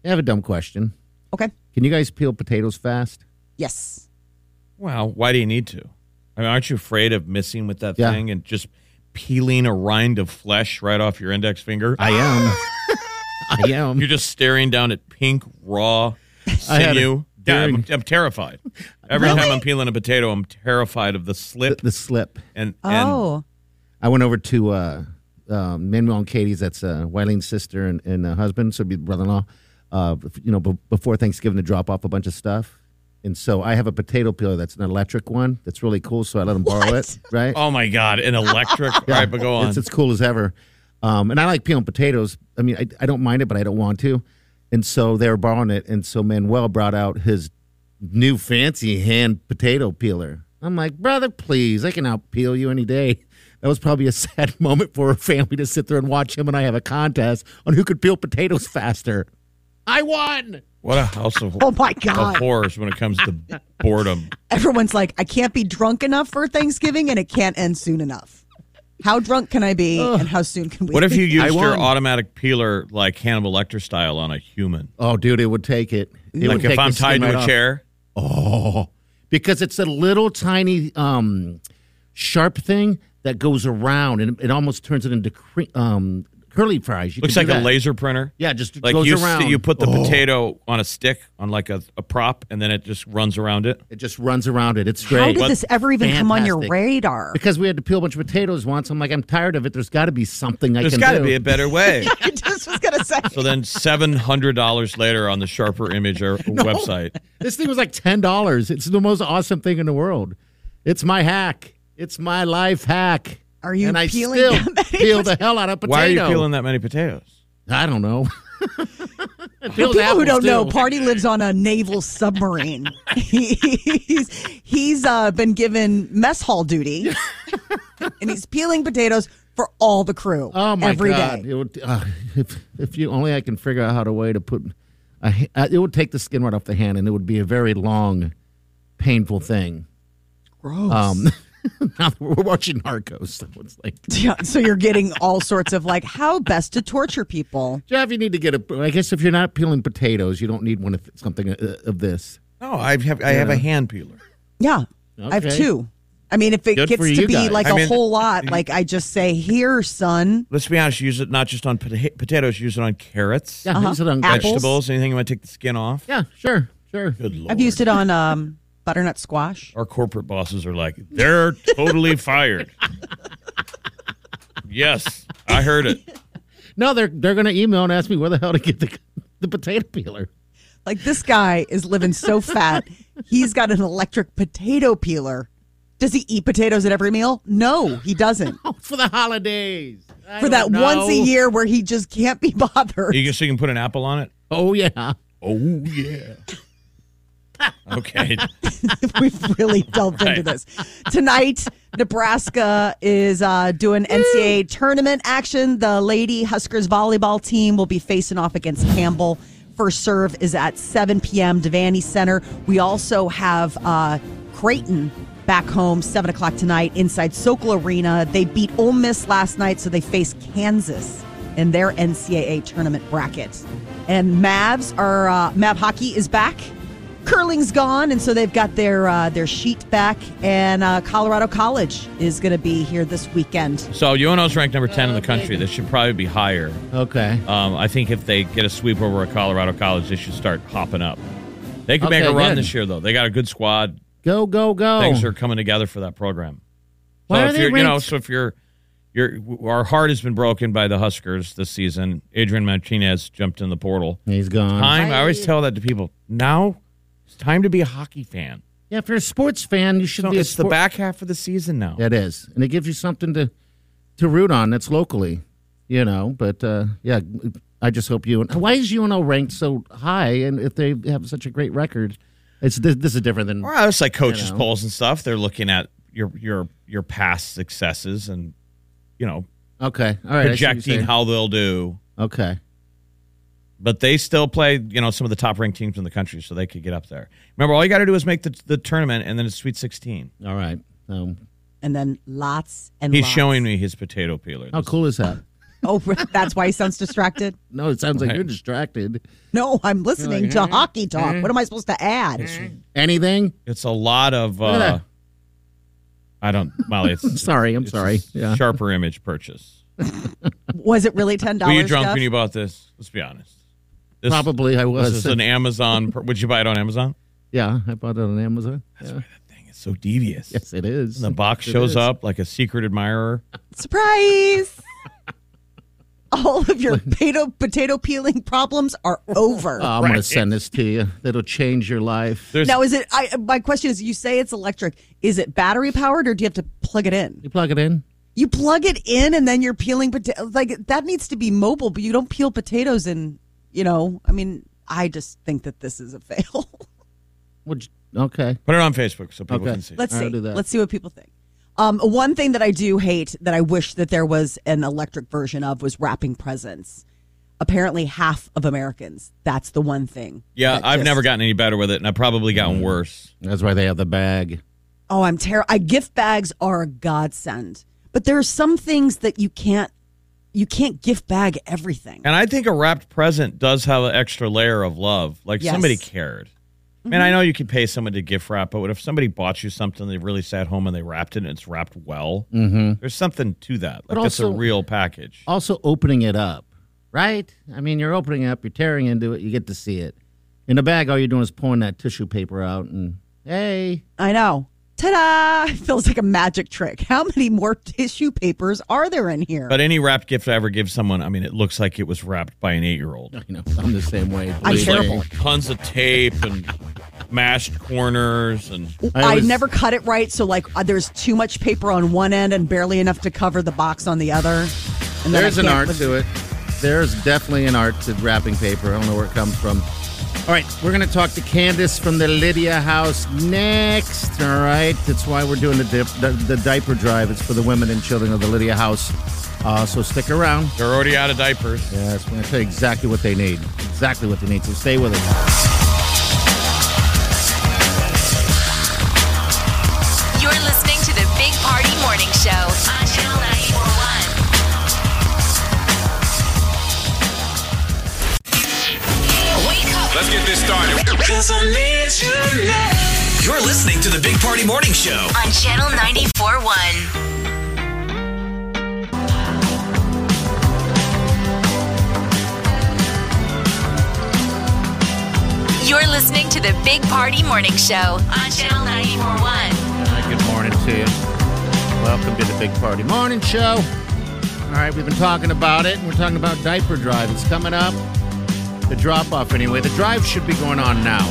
[SPEAKER 5] I have a dumb question.
[SPEAKER 6] Okay.
[SPEAKER 5] Can you guys peel potatoes fast?
[SPEAKER 6] Yes.
[SPEAKER 7] Well, why do you need to? I mean, aren't you afraid of missing with that
[SPEAKER 5] Yeah.
[SPEAKER 7] thing and just peeling a rind of flesh right off your index finger?
[SPEAKER 5] I am. I am.
[SPEAKER 7] You're just staring down at pink raw
[SPEAKER 5] I had a
[SPEAKER 7] sinew. Yeah, I'm, I'm terrified. Every
[SPEAKER 5] Really?
[SPEAKER 7] time I'm peeling a potato, I'm terrified of the slip.
[SPEAKER 5] The slip.
[SPEAKER 7] And,
[SPEAKER 6] Oh.
[SPEAKER 5] I went over to uh, um, Manuel and Katie's. That's uh, Wileen's sister and, and uh, husband, so it'd be brother-in-law. Uh, bef- you know, b- before Thanksgiving to drop off a bunch of stuff, and so I have a potato peeler that's an electric one that's really cool. So I let them borrow it. Right?
[SPEAKER 7] oh my god, an electric. All right, but go on.
[SPEAKER 5] It's as cool as ever. Um, and I like peeling potatoes. I mean, I, I don't mind it, but I don't want to. And so they were borrowing it. And so Manuel brought out his new fancy hand potato peeler. I'm like, brother, please, I can out peel you any day. That was probably a sad moment for a family to sit there and watch him and I have a contest on who could peel potatoes faster. I won.
[SPEAKER 7] what a house of
[SPEAKER 6] Oh my
[SPEAKER 7] of
[SPEAKER 6] God.
[SPEAKER 7] horrors when it comes to boredom.
[SPEAKER 6] Everyone's like, I can't be drunk enough for Thanksgiving and it can't end soon enough. How drunk can I be and how soon can we
[SPEAKER 7] What if you used your
[SPEAKER 6] auto?
[SPEAKER 7] automatic peeler like Hannibal Lecter style on a human?
[SPEAKER 5] Oh, dude, it would take it. it would
[SPEAKER 7] like
[SPEAKER 5] take
[SPEAKER 7] if I'm
[SPEAKER 5] the skin
[SPEAKER 7] tied
[SPEAKER 5] right
[SPEAKER 7] to a
[SPEAKER 5] off.
[SPEAKER 7] chair.
[SPEAKER 5] Oh, because it's a little tiny um, sharp thing that goes around and it almost turns it into cre- um, curly fries. You
[SPEAKER 7] Looks
[SPEAKER 5] can
[SPEAKER 7] like
[SPEAKER 5] do
[SPEAKER 7] a
[SPEAKER 5] that.
[SPEAKER 7] laser printer.
[SPEAKER 5] Yeah, just
[SPEAKER 7] like
[SPEAKER 5] goes
[SPEAKER 7] you,
[SPEAKER 5] around.
[SPEAKER 7] you put the
[SPEAKER 5] Oh.
[SPEAKER 7] potato on a stick on like a, a prop, and then it just runs around it.
[SPEAKER 5] It just runs around it. It's great.
[SPEAKER 6] How did this ever even come on your
[SPEAKER 5] Fantastic.
[SPEAKER 6] radar?
[SPEAKER 5] Because we had to peel a bunch of potatoes once. I'm like, I'm tired of it. There's got to be something I
[SPEAKER 7] There's
[SPEAKER 5] can
[SPEAKER 7] got to
[SPEAKER 5] do.
[SPEAKER 7] be a better way.
[SPEAKER 6] I just was gonna say
[SPEAKER 7] so then seven hundred dollars later on the Sharper Image or website.
[SPEAKER 5] this thing was like ten dollars. It's the most awesome thing in the world. It's my hack. It's my life hack.
[SPEAKER 6] Are you
[SPEAKER 5] and I
[SPEAKER 6] peeling
[SPEAKER 5] still
[SPEAKER 6] that many
[SPEAKER 5] peel the hell out of potato.
[SPEAKER 7] Why are you peeling that many potatoes?
[SPEAKER 5] I don't know.
[SPEAKER 6] For
[SPEAKER 5] Peels
[SPEAKER 6] people who
[SPEAKER 5] apples,
[SPEAKER 6] don't know,
[SPEAKER 5] too.
[SPEAKER 6] Party lives on a naval submarine. he's he's uh, been given mess hall duty, and he's peeling potatoes for all the crew.
[SPEAKER 5] Oh my
[SPEAKER 6] every
[SPEAKER 5] god!
[SPEAKER 6] day.
[SPEAKER 5] It would, uh, if if you only I can figure out how to way to put, a, ha- uh, it would take the skin right off the hand, and it would be a very long, painful thing.
[SPEAKER 6] Gross.
[SPEAKER 5] Um, now that we're watching Narcos, so it's like
[SPEAKER 6] Yeah, so you're getting all sorts of like how best to torture people.
[SPEAKER 5] Jeff, you need to get a. I guess if you're not peeling potatoes, you don't need one of something uh, of this.
[SPEAKER 7] No, I have I have a hand peeler.
[SPEAKER 6] Yeah, I have
[SPEAKER 5] Okay.
[SPEAKER 6] two. I mean, if it
[SPEAKER 5] Good
[SPEAKER 6] gets
[SPEAKER 5] for
[SPEAKER 6] to
[SPEAKER 5] you
[SPEAKER 6] be
[SPEAKER 5] guys.
[SPEAKER 6] like a
[SPEAKER 7] I mean-
[SPEAKER 6] whole lot, like I just say, "Here, son."
[SPEAKER 7] Let's be honest. Use it not just on pota- potatoes. Use it on carrots,
[SPEAKER 5] Yeah, use it on
[SPEAKER 6] Uh-huh. Apples.
[SPEAKER 7] vegetables, anything you might take the skin off.
[SPEAKER 5] Yeah, sure, sure.
[SPEAKER 7] Good lord.
[SPEAKER 6] I've used it on um, butternut squash.
[SPEAKER 7] Our corporate bosses are like, they're totally fired. Yes, I heard it.
[SPEAKER 5] No, they're they're gonna email and ask me where the hell to get the the potato peeler.
[SPEAKER 6] Like this guy is living so fat. He's got an electric potato peeler. Does he eat potatoes at every meal? No, he doesn't.
[SPEAKER 5] for the holidays. I
[SPEAKER 6] For that
[SPEAKER 5] don't
[SPEAKER 6] once a
[SPEAKER 5] know.
[SPEAKER 6] year where he just can't be bothered.
[SPEAKER 7] You can, so you can put an apple on it.
[SPEAKER 5] Oh yeah.
[SPEAKER 7] Oh yeah. Okay.
[SPEAKER 6] We've really delved into
[SPEAKER 7] Right.
[SPEAKER 6] this. Tonight, Nebraska is uh, doing NCAA tournament action. The Lady Huskers volleyball team will be facing off against Campbell. First serve is at 7 p.m. Devaney Center. We also have uh, Creighton back home 7 o'clock tonight inside Sokol Arena. They beat Ole Miss last night, so they face Kansas in their NCAA tournament bracket. And Mavs are uh, Mav hockey is back curling's gone, and so they've got their uh, their sheet back. And uh, Colorado College is going to be here this weekend.
[SPEAKER 7] So UNO's ranked number ten in the country. This should probably be higher.
[SPEAKER 5] Okay.
[SPEAKER 7] Um, I think if they get a sweep over a Colorado College, they should start hopping up. They could make
[SPEAKER 5] Okay,
[SPEAKER 7] a run
[SPEAKER 5] good.
[SPEAKER 7] this year, though. They got a good squad.
[SPEAKER 5] Go go go.
[SPEAKER 7] Things are coming together for that program.
[SPEAKER 5] Why
[SPEAKER 7] so
[SPEAKER 5] are
[SPEAKER 7] if
[SPEAKER 5] they
[SPEAKER 7] you're, you know,
[SPEAKER 5] ranked-
[SPEAKER 7] so if you're, you're, our heart has been broken by the Huskers this season. Adrian Martinez jumped in the portal.
[SPEAKER 5] He's gone.
[SPEAKER 7] Time. I always tell that to people. Now it's time to be a hockey fan.
[SPEAKER 5] Yeah, if you're a sports fan, you should
[SPEAKER 7] So
[SPEAKER 5] be. A
[SPEAKER 7] it's the
[SPEAKER 5] sport-
[SPEAKER 7] back half of the season now.
[SPEAKER 5] That is, and it gives you something to to root on. That's locally, you know. But uh, yeah, I just hope you. Why is UNO ranked so high? And if they have such a great record, it's this, this is different than.
[SPEAKER 7] Or it's like coaches
[SPEAKER 5] know.
[SPEAKER 7] polls and stuff. They're looking at your your your past successes and you know
[SPEAKER 5] Okay, all right. I see what you're
[SPEAKER 7] projecting
[SPEAKER 5] saying.
[SPEAKER 7] how they'll do.
[SPEAKER 5] Okay.
[SPEAKER 7] But they still play, you know, some of the top ranked teams in the country, so they could get up there. Remember, all you got to do is make the, the tournament, and then it's Sweet 16.
[SPEAKER 5] All right. Um,
[SPEAKER 6] and then lots and
[SPEAKER 7] He's
[SPEAKER 6] lots.
[SPEAKER 7] showing me his potato peeler.
[SPEAKER 5] How cool is that?
[SPEAKER 6] Oh, that's why he sounds distracted.
[SPEAKER 5] No, it sounds like
[SPEAKER 7] Right.
[SPEAKER 5] you're distracted.
[SPEAKER 6] No, I'm listening
[SPEAKER 5] like,
[SPEAKER 6] to
[SPEAKER 5] "Eh,
[SPEAKER 6] hockey talk.
[SPEAKER 5] eh."
[SPEAKER 6] What am I supposed to add?
[SPEAKER 5] Anything?
[SPEAKER 7] It's a lot of.
[SPEAKER 5] Look at
[SPEAKER 7] Uh,
[SPEAKER 5] that.
[SPEAKER 7] I don't, Molly. It's,
[SPEAKER 5] Sorry, I'm
[SPEAKER 7] it's
[SPEAKER 5] sorry.
[SPEAKER 7] a
[SPEAKER 5] Yeah.
[SPEAKER 7] Sharper image purchase.
[SPEAKER 6] Was it really ten
[SPEAKER 7] Were
[SPEAKER 6] dollars?
[SPEAKER 7] you drunk when you bought this? Let's be honest. This,
[SPEAKER 5] Probably I was.
[SPEAKER 7] This is an Amazon. pur- Would you buy it on Amazon?
[SPEAKER 5] Yeah, I bought it on Amazon. Yeah.
[SPEAKER 7] It's so devious.
[SPEAKER 5] Yes, it is.
[SPEAKER 7] And the box
[SPEAKER 5] It
[SPEAKER 7] shows
[SPEAKER 5] is.
[SPEAKER 7] up like a secret admirer.
[SPEAKER 6] Surprise! All of your potato potato peeling problems are over.
[SPEAKER 5] Oh, I'm going to send this to you. That'll change your life.
[SPEAKER 7] There's,
[SPEAKER 6] now, is it? I, my question is: You say it's electric. Is it battery powered, or do you have to plug it in?
[SPEAKER 5] you plug it in.
[SPEAKER 6] You plug it in, and then you're peeling potato. Like that needs to be mobile, but you don't peel potatoes in. You know, I mean, I just think that this is a fail.
[SPEAKER 5] Would you- okay.
[SPEAKER 7] Put it on Facebook so people
[SPEAKER 5] Okay.
[SPEAKER 7] can see.
[SPEAKER 6] Let's
[SPEAKER 5] I'll
[SPEAKER 6] see.
[SPEAKER 5] do that.
[SPEAKER 6] Let's see what people think. Um, one thing that I do hate that I wish that there was an electric version of was wrapping presents. Apparently, half of Americans. That's the one thing.
[SPEAKER 7] Yeah,
[SPEAKER 6] that
[SPEAKER 7] I've
[SPEAKER 6] just-
[SPEAKER 7] never gotten any better with it, and I've probably gotten worse.
[SPEAKER 5] That's why they have the bag.
[SPEAKER 6] Oh, I'm terrible. I gift bags are a godsend, but there are some things that you can't. You can't gift bag everything.
[SPEAKER 7] And I think a wrapped present does have an extra layer of love. Like
[SPEAKER 6] Yes. Mm-hmm.
[SPEAKER 7] somebody cared. I mean, I know you could pay someone to gift wrap, but what if somebody bought you something, they really sat home and they wrapped it and it's wrapped well?
[SPEAKER 5] Mm-hmm.
[SPEAKER 7] There's something to that. Like
[SPEAKER 5] But
[SPEAKER 7] it's a
[SPEAKER 5] also-
[SPEAKER 7] real package.
[SPEAKER 5] Also, opening it up, right? I mean, you're opening it up, you're tearing into it, you get to see it. In the bag, all you're doing is pulling that tissue paper out, and hey,
[SPEAKER 6] I know. Ta-da! It feels like a magic trick. How many more tissue papers are there in here?
[SPEAKER 7] But any wrapped gift I ever give someone, I mean, it looks like it was wrapped by an eight year old.
[SPEAKER 5] you know, I'm the same way.
[SPEAKER 6] I'm
[SPEAKER 5] believe me.
[SPEAKER 6] terrible.
[SPEAKER 7] Tons of tape and mashed corners and
[SPEAKER 5] I
[SPEAKER 6] I,
[SPEAKER 5] always-
[SPEAKER 6] never cut it right, so like uh, there's too much paper on one end and barely enough to cover the box on the other. And then I
[SPEAKER 5] There's an
[SPEAKER 6] can't
[SPEAKER 5] art
[SPEAKER 6] live-
[SPEAKER 5] to it. There's definitely an art to wrapping paper. I don't know where it comes from. All right, we're going to talk to Candace from the Lydia House next. All right, that's why we're doing the, dip, the, the diaper drive. It's for the women and children of the Lydia House. Uh, so stick around.
[SPEAKER 7] they're already out of diapers.
[SPEAKER 5] Yes, we're going to tell you exactly what they need. Exactly what they need. So stay with us.
[SPEAKER 3] You're listening to the Big Party Morning Show on Channel 941. Wake up
[SPEAKER 9] Let's get this started. You're listening to the Big Party Morning Show.
[SPEAKER 3] on Channel 941. You're listening to the Big Party Morning Show on Channel 941.
[SPEAKER 5] Hi, good morning to you. Welcome to the Big Party Morning Show. All right, we've been talking about it, and we're talking about diaper drive. It's coming up. The drop off, anyway. The drive should be going on now.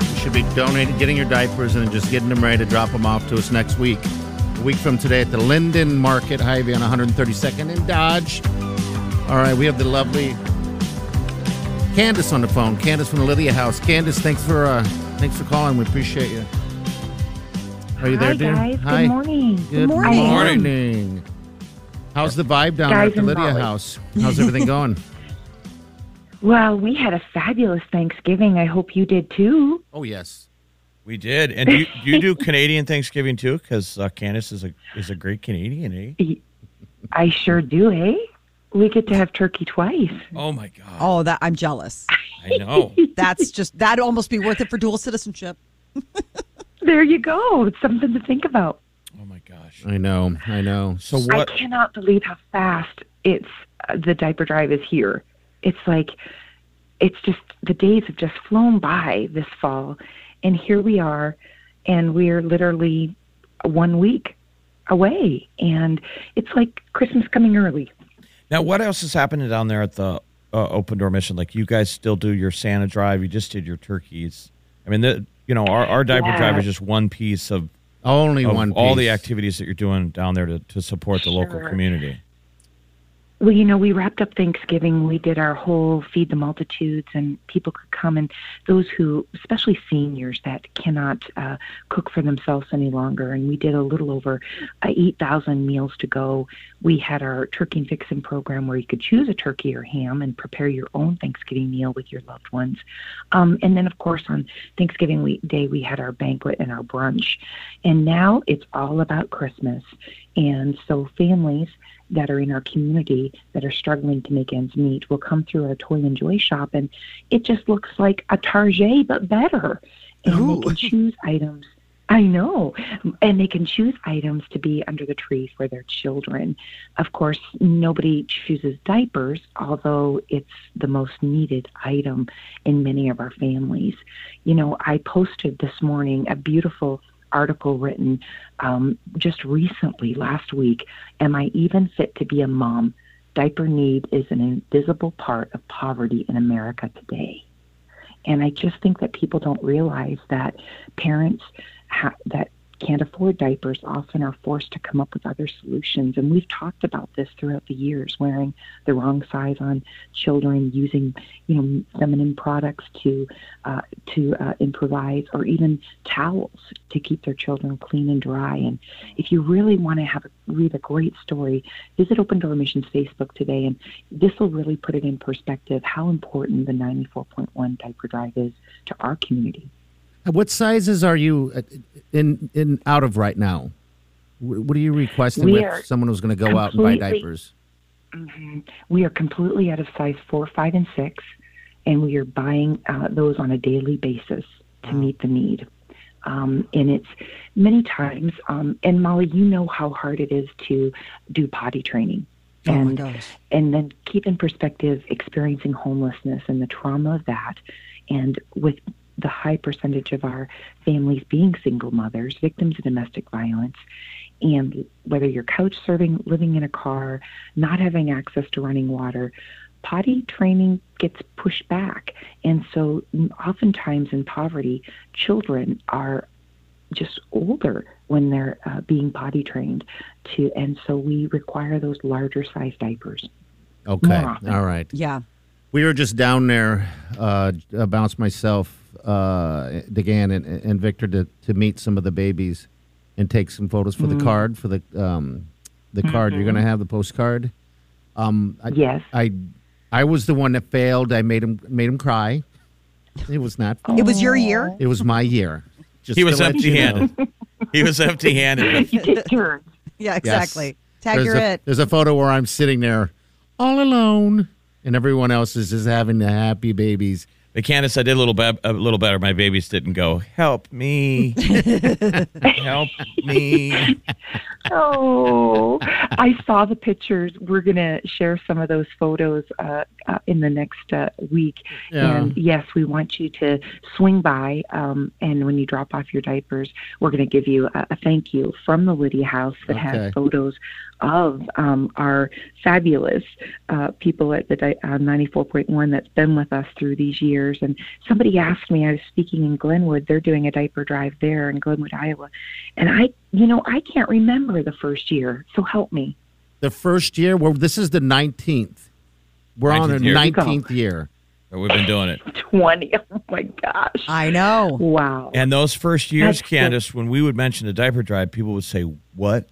[SPEAKER 5] You should be donating, getting your diapers, and then just getting them ready to drop them off to us next week. A week from today at the Linden Market, Hy-Vee on 132nd in Dodge. All right, we have the lovely Candace on the phone. Candace from the Lydia House. Candace, thanks for uh, thanks for calling. We appreciate you. Are you there,
[SPEAKER 13] Hi,
[SPEAKER 5] dear?
[SPEAKER 13] guys. Good morning.
[SPEAKER 5] Good,
[SPEAKER 6] morning.
[SPEAKER 5] morning.
[SPEAKER 7] Morning.
[SPEAKER 5] How's the vibe down there
[SPEAKER 13] Guys
[SPEAKER 5] at the
[SPEAKER 13] and
[SPEAKER 5] Lydia
[SPEAKER 13] Molly.
[SPEAKER 5] House? How's everything going?
[SPEAKER 13] Well, we had a fabulous Thanksgiving. I hope you did too.
[SPEAKER 5] oh yes.
[SPEAKER 7] We did. And do you, do you do Canadian Thanksgiving too? Because uh, Candace is a is a great Canadian, eh?
[SPEAKER 13] I sure do, eh? We get to have turkey twice.
[SPEAKER 7] Oh my god,
[SPEAKER 6] Oh, that I'm jealous.
[SPEAKER 7] I know.
[SPEAKER 6] That's just that'd almost be worth it for dual citizenship.
[SPEAKER 13] There you go. It's something to think about.
[SPEAKER 7] Oh my gosh.
[SPEAKER 5] I know. I know.
[SPEAKER 7] So what?
[SPEAKER 13] I cannot believe how fast it's uh, the diaper drive is here. It's like it's just the days have just flown by this fall, and here we are, and we're literally one week away, and it's like Christmas coming early.
[SPEAKER 7] Now, what else is happening down there at the uh, Open Door Mission? Like you guys still do your Santa drive? You just did your turkeys. I mean, the, you know, our, our diaper
[SPEAKER 13] Yeah.
[SPEAKER 7] drive is just one piece of,
[SPEAKER 5] Only
[SPEAKER 7] of
[SPEAKER 5] one.
[SPEAKER 7] all the
[SPEAKER 5] piece.
[SPEAKER 7] activities that you're doing down there to, to support the local
[SPEAKER 13] Sure.
[SPEAKER 7] community.
[SPEAKER 13] Well, you know, we wrapped up Thanksgiving. We did our whole feed the multitudes, and people could come. And those who, especially seniors that cannot uh, cook for themselves any longer, and we did a little over uh, 8,000 meals to go. We had our turkey and fixin' program where you could choose a turkey or ham and prepare your own Thanksgiving meal with your loved ones. Um, and then, of course, on Thanksgiving week day, we had our banquet and our brunch. And now it's all about Christmas. And so families that are in our community that are struggling to make ends meet will come through our toy and joy shop and it just looks like a Target but better. And they can choose items. I know. And they can choose items to be under the tree for their children. Of course, nobody chooses diapers, although it's the most needed item in many of our families. You know, I posted this morning a beautiful article written um, just recently, last week. Am I even fit to be a mom? Diaper need is an invisible part of poverty in America today. And I just think that people don't realize that parents ha- that can't afford diapers often are forced to come up with other solutions. And we've talked about this throughout the years, wearing the wrong size on children, using you know feminine products to uh, to uh, improvise, or even towels to keep their children clean and dry. And if you really want to have a, read a great story, visit Open Door Missions Facebook today, and this will really put it in perspective how important the 94.1 diaper drive is to our community.
[SPEAKER 5] What sizes are you uh, in in out of right now? Wh- What are you requesting
[SPEAKER 13] We are
[SPEAKER 5] with someone who's going to go out and buy
[SPEAKER 13] completely-
[SPEAKER 5] diapers?
[SPEAKER 13] hmm We are completely out of size four, five, and six, and we are buying uh, those on a daily basis
[SPEAKER 6] Mm.
[SPEAKER 13] to meet the need. Um, and it's many times, um, and Molly, you know how hard it is to do potty training.
[SPEAKER 6] Oh my
[SPEAKER 13] and,
[SPEAKER 6] gosh.
[SPEAKER 13] and then keep in perspective experiencing homelessness and the trauma of that. And with the high percentage of our families being single mothers, victims of domestic violence, and whether you're couch serving, living in a car, not having access to running water, potty training gets pushed back. And so, oftentimes in poverty, children are just older when they're uh, being potty trained to and so we require those larger size diapers
[SPEAKER 5] Okay,
[SPEAKER 13] more often.
[SPEAKER 5] all right.
[SPEAKER 6] Yeah.
[SPEAKER 5] We were just down there, uh, uh, bounced myself, uh, Degan and, and Victor to, to meet some of the babies and take some photos for
[SPEAKER 6] Mm.
[SPEAKER 14] Mhm.
[SPEAKER 5] the card for the um, the card you're
[SPEAKER 6] Mm-hmm.
[SPEAKER 14] Mhm.
[SPEAKER 5] going to have the postcard. Um, I,
[SPEAKER 13] yes,
[SPEAKER 5] I I was the one that failed. I made him made him cry. It was not.
[SPEAKER 6] It was your year?
[SPEAKER 5] It was my year.
[SPEAKER 7] He was
[SPEAKER 5] to let you know.
[SPEAKER 7] empty-handed. He was empty-handed.
[SPEAKER 6] You
[SPEAKER 13] take turns.
[SPEAKER 6] Yeah,
[SPEAKER 5] Yes.
[SPEAKER 6] exactly. Tag
[SPEAKER 5] there's
[SPEAKER 6] your
[SPEAKER 5] a,
[SPEAKER 6] it.
[SPEAKER 5] There's a photo where I'm sitting there all alone, and everyone else is just having the happy babies.
[SPEAKER 7] But Candace, I did a little be- a little better. My babies didn't go. Help me! Help me!
[SPEAKER 13] oh, I saw the pictures. We're going to share some of those photos uh, uh, in the next uh, week.
[SPEAKER 1] Yeah.
[SPEAKER 13] And yes, we want you to swing by. Um, and when you drop off your diapers, we're going to give you a, a thank you from the Lydia House that
[SPEAKER 1] Okay.
[SPEAKER 13] has photos of um, our fabulous uh, people at the di- uh, 94.1 that's been with us through these years. And somebody asked me, I was speaking in Glenwood, they're doing a diaper drive there in Glenwood, Iowa. And I, you know, I can't remember the first year. So help me.
[SPEAKER 5] The first year, well, this is the 19th. We're on our
[SPEAKER 7] 19th year.
[SPEAKER 5] 19th year.
[SPEAKER 7] We've been doing it.
[SPEAKER 13] 20. Oh my gosh.
[SPEAKER 6] I know.
[SPEAKER 13] Wow.
[SPEAKER 7] And those first years,
[SPEAKER 13] That's good.
[SPEAKER 7] Candace, when we would mention the diaper drive, people would say, "What?"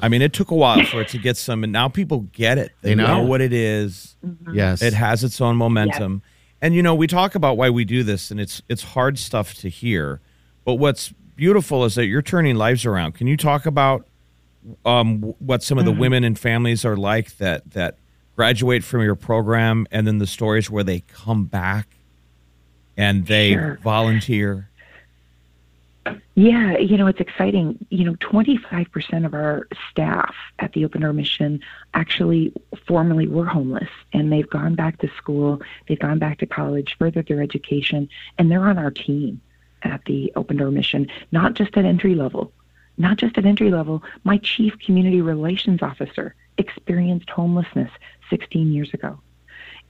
[SPEAKER 7] I mean, it took a while for it to get some, and now people get it. They,
[SPEAKER 5] They
[SPEAKER 7] know.
[SPEAKER 5] know.
[SPEAKER 7] what it is.
[SPEAKER 13] Mm-hmm.
[SPEAKER 5] Yes.
[SPEAKER 7] it has its own momentum. And you know, we talk about why we do this, and it's it's hard stuff to hear. But what's beautiful is that you're turning lives around. Can you talk about um, w- what some of
[SPEAKER 13] Mm-hmm.
[SPEAKER 7] the women and families are like that that graduate from your program, and then the stories where they come back and they
[SPEAKER 13] Sure.
[SPEAKER 7] volunteer?
[SPEAKER 13] Yeah, you know, it's exciting. You know, 25% of our staff at the Open Door Mission actually formerly were homeless and they've gone back to school, they've gone back to college, furthered their education, and they're on our team at the Open Door Mission, not just at entry level, not just at entry level. My chief community relations officer experienced homelessness 16 years ago.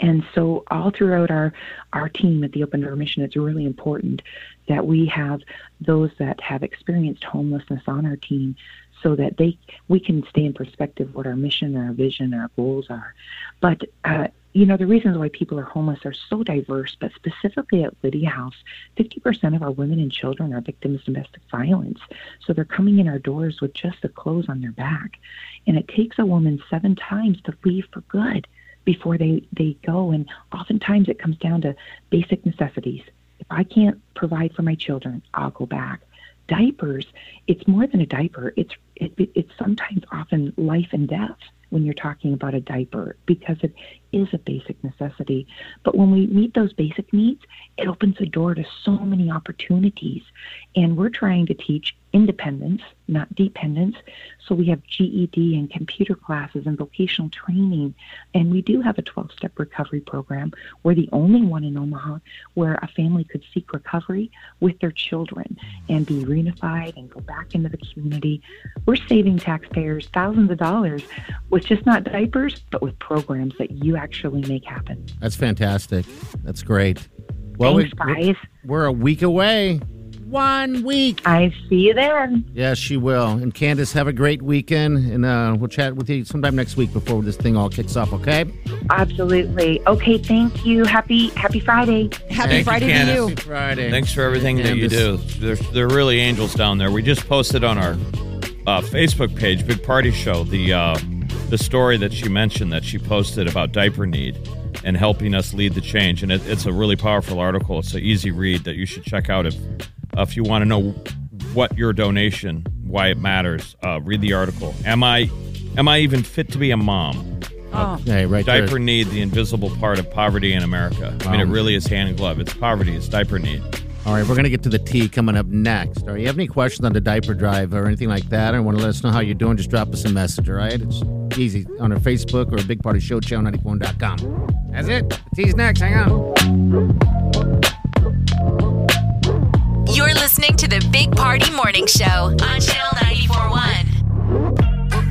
[SPEAKER 13] And so, all throughout our, our team at the Open Door Mission, it's really important that we have those that have experienced homelessness on our team so that they we can stay in perspective what our mission, our vision, our goals are. But uh, you know the reasons why people are homeless are so diverse, but specifically at Lydia House, 50% of our women and children are victims of domestic violence. So they're coming in our doors with just the clothes on their back, and it takes a woman seven times to leave for good before they they go. And oftentimes it comes down to basic necessities. If I can't provide for my children, I'll go back diapers it's more than a diaper it's it, it- it's sometimes often life and death when you're talking about a diaper because it is a basic necessity but when we meet those basic needs it opens the door to so many opportunities and we're trying to teach independence not dependence so we have GED and computer classes and vocational training and we do have a 12 step recovery program we're the only one in Omaha where a family could seek recovery with their children and be reunified and go back into the community. We're saving taxpayers thousands of dollars with just not diapers, but with programs that you actually make happen.
[SPEAKER 5] That's fantastic. That's great. Well,
[SPEAKER 13] Thanks,
[SPEAKER 5] we, guys. We're a week away. One week.
[SPEAKER 13] I see you then.
[SPEAKER 5] Yes, she will. And Candace, have a great weekend, and uh, we'll chat with you sometime next week before this thing all kicks off. Okay.
[SPEAKER 13] Absolutely. Okay, thank you. Happy happy Friday.
[SPEAKER 7] Thank you, Candace.
[SPEAKER 5] Friday.
[SPEAKER 7] Thanks for everything that you do.
[SPEAKER 5] Candace.
[SPEAKER 7] They're, they're really angels down there. We just posted on our uh, Facebook page, Big Party Show, the uh, the story that she mentioned that she posted about diaper need and helping us lead the change. And it, it's a really powerful article. It's an easy read that you should check out if uh, if you want to know what your donation, why it matters. Uh, read the article. Am I am I even fit to be a mom?
[SPEAKER 5] Oh. Okay, right there.
[SPEAKER 7] diaper need, the invisible part of poverty in America. I mean, it
[SPEAKER 5] Wow.
[SPEAKER 7] really is hand in glove. It's poverty, it's diaper need.
[SPEAKER 5] All right, we're going to get to the tea coming up next. All right, you have any questions on the diaper drive or anything like that, or want to let us know how you're doing, just drop us a message, all right? It's easy on our Facebook or Big Party Show, channel94.com. That's it. The tea's next. Hang on.
[SPEAKER 3] You're listening to the Big Party Morning Show on Channel 941.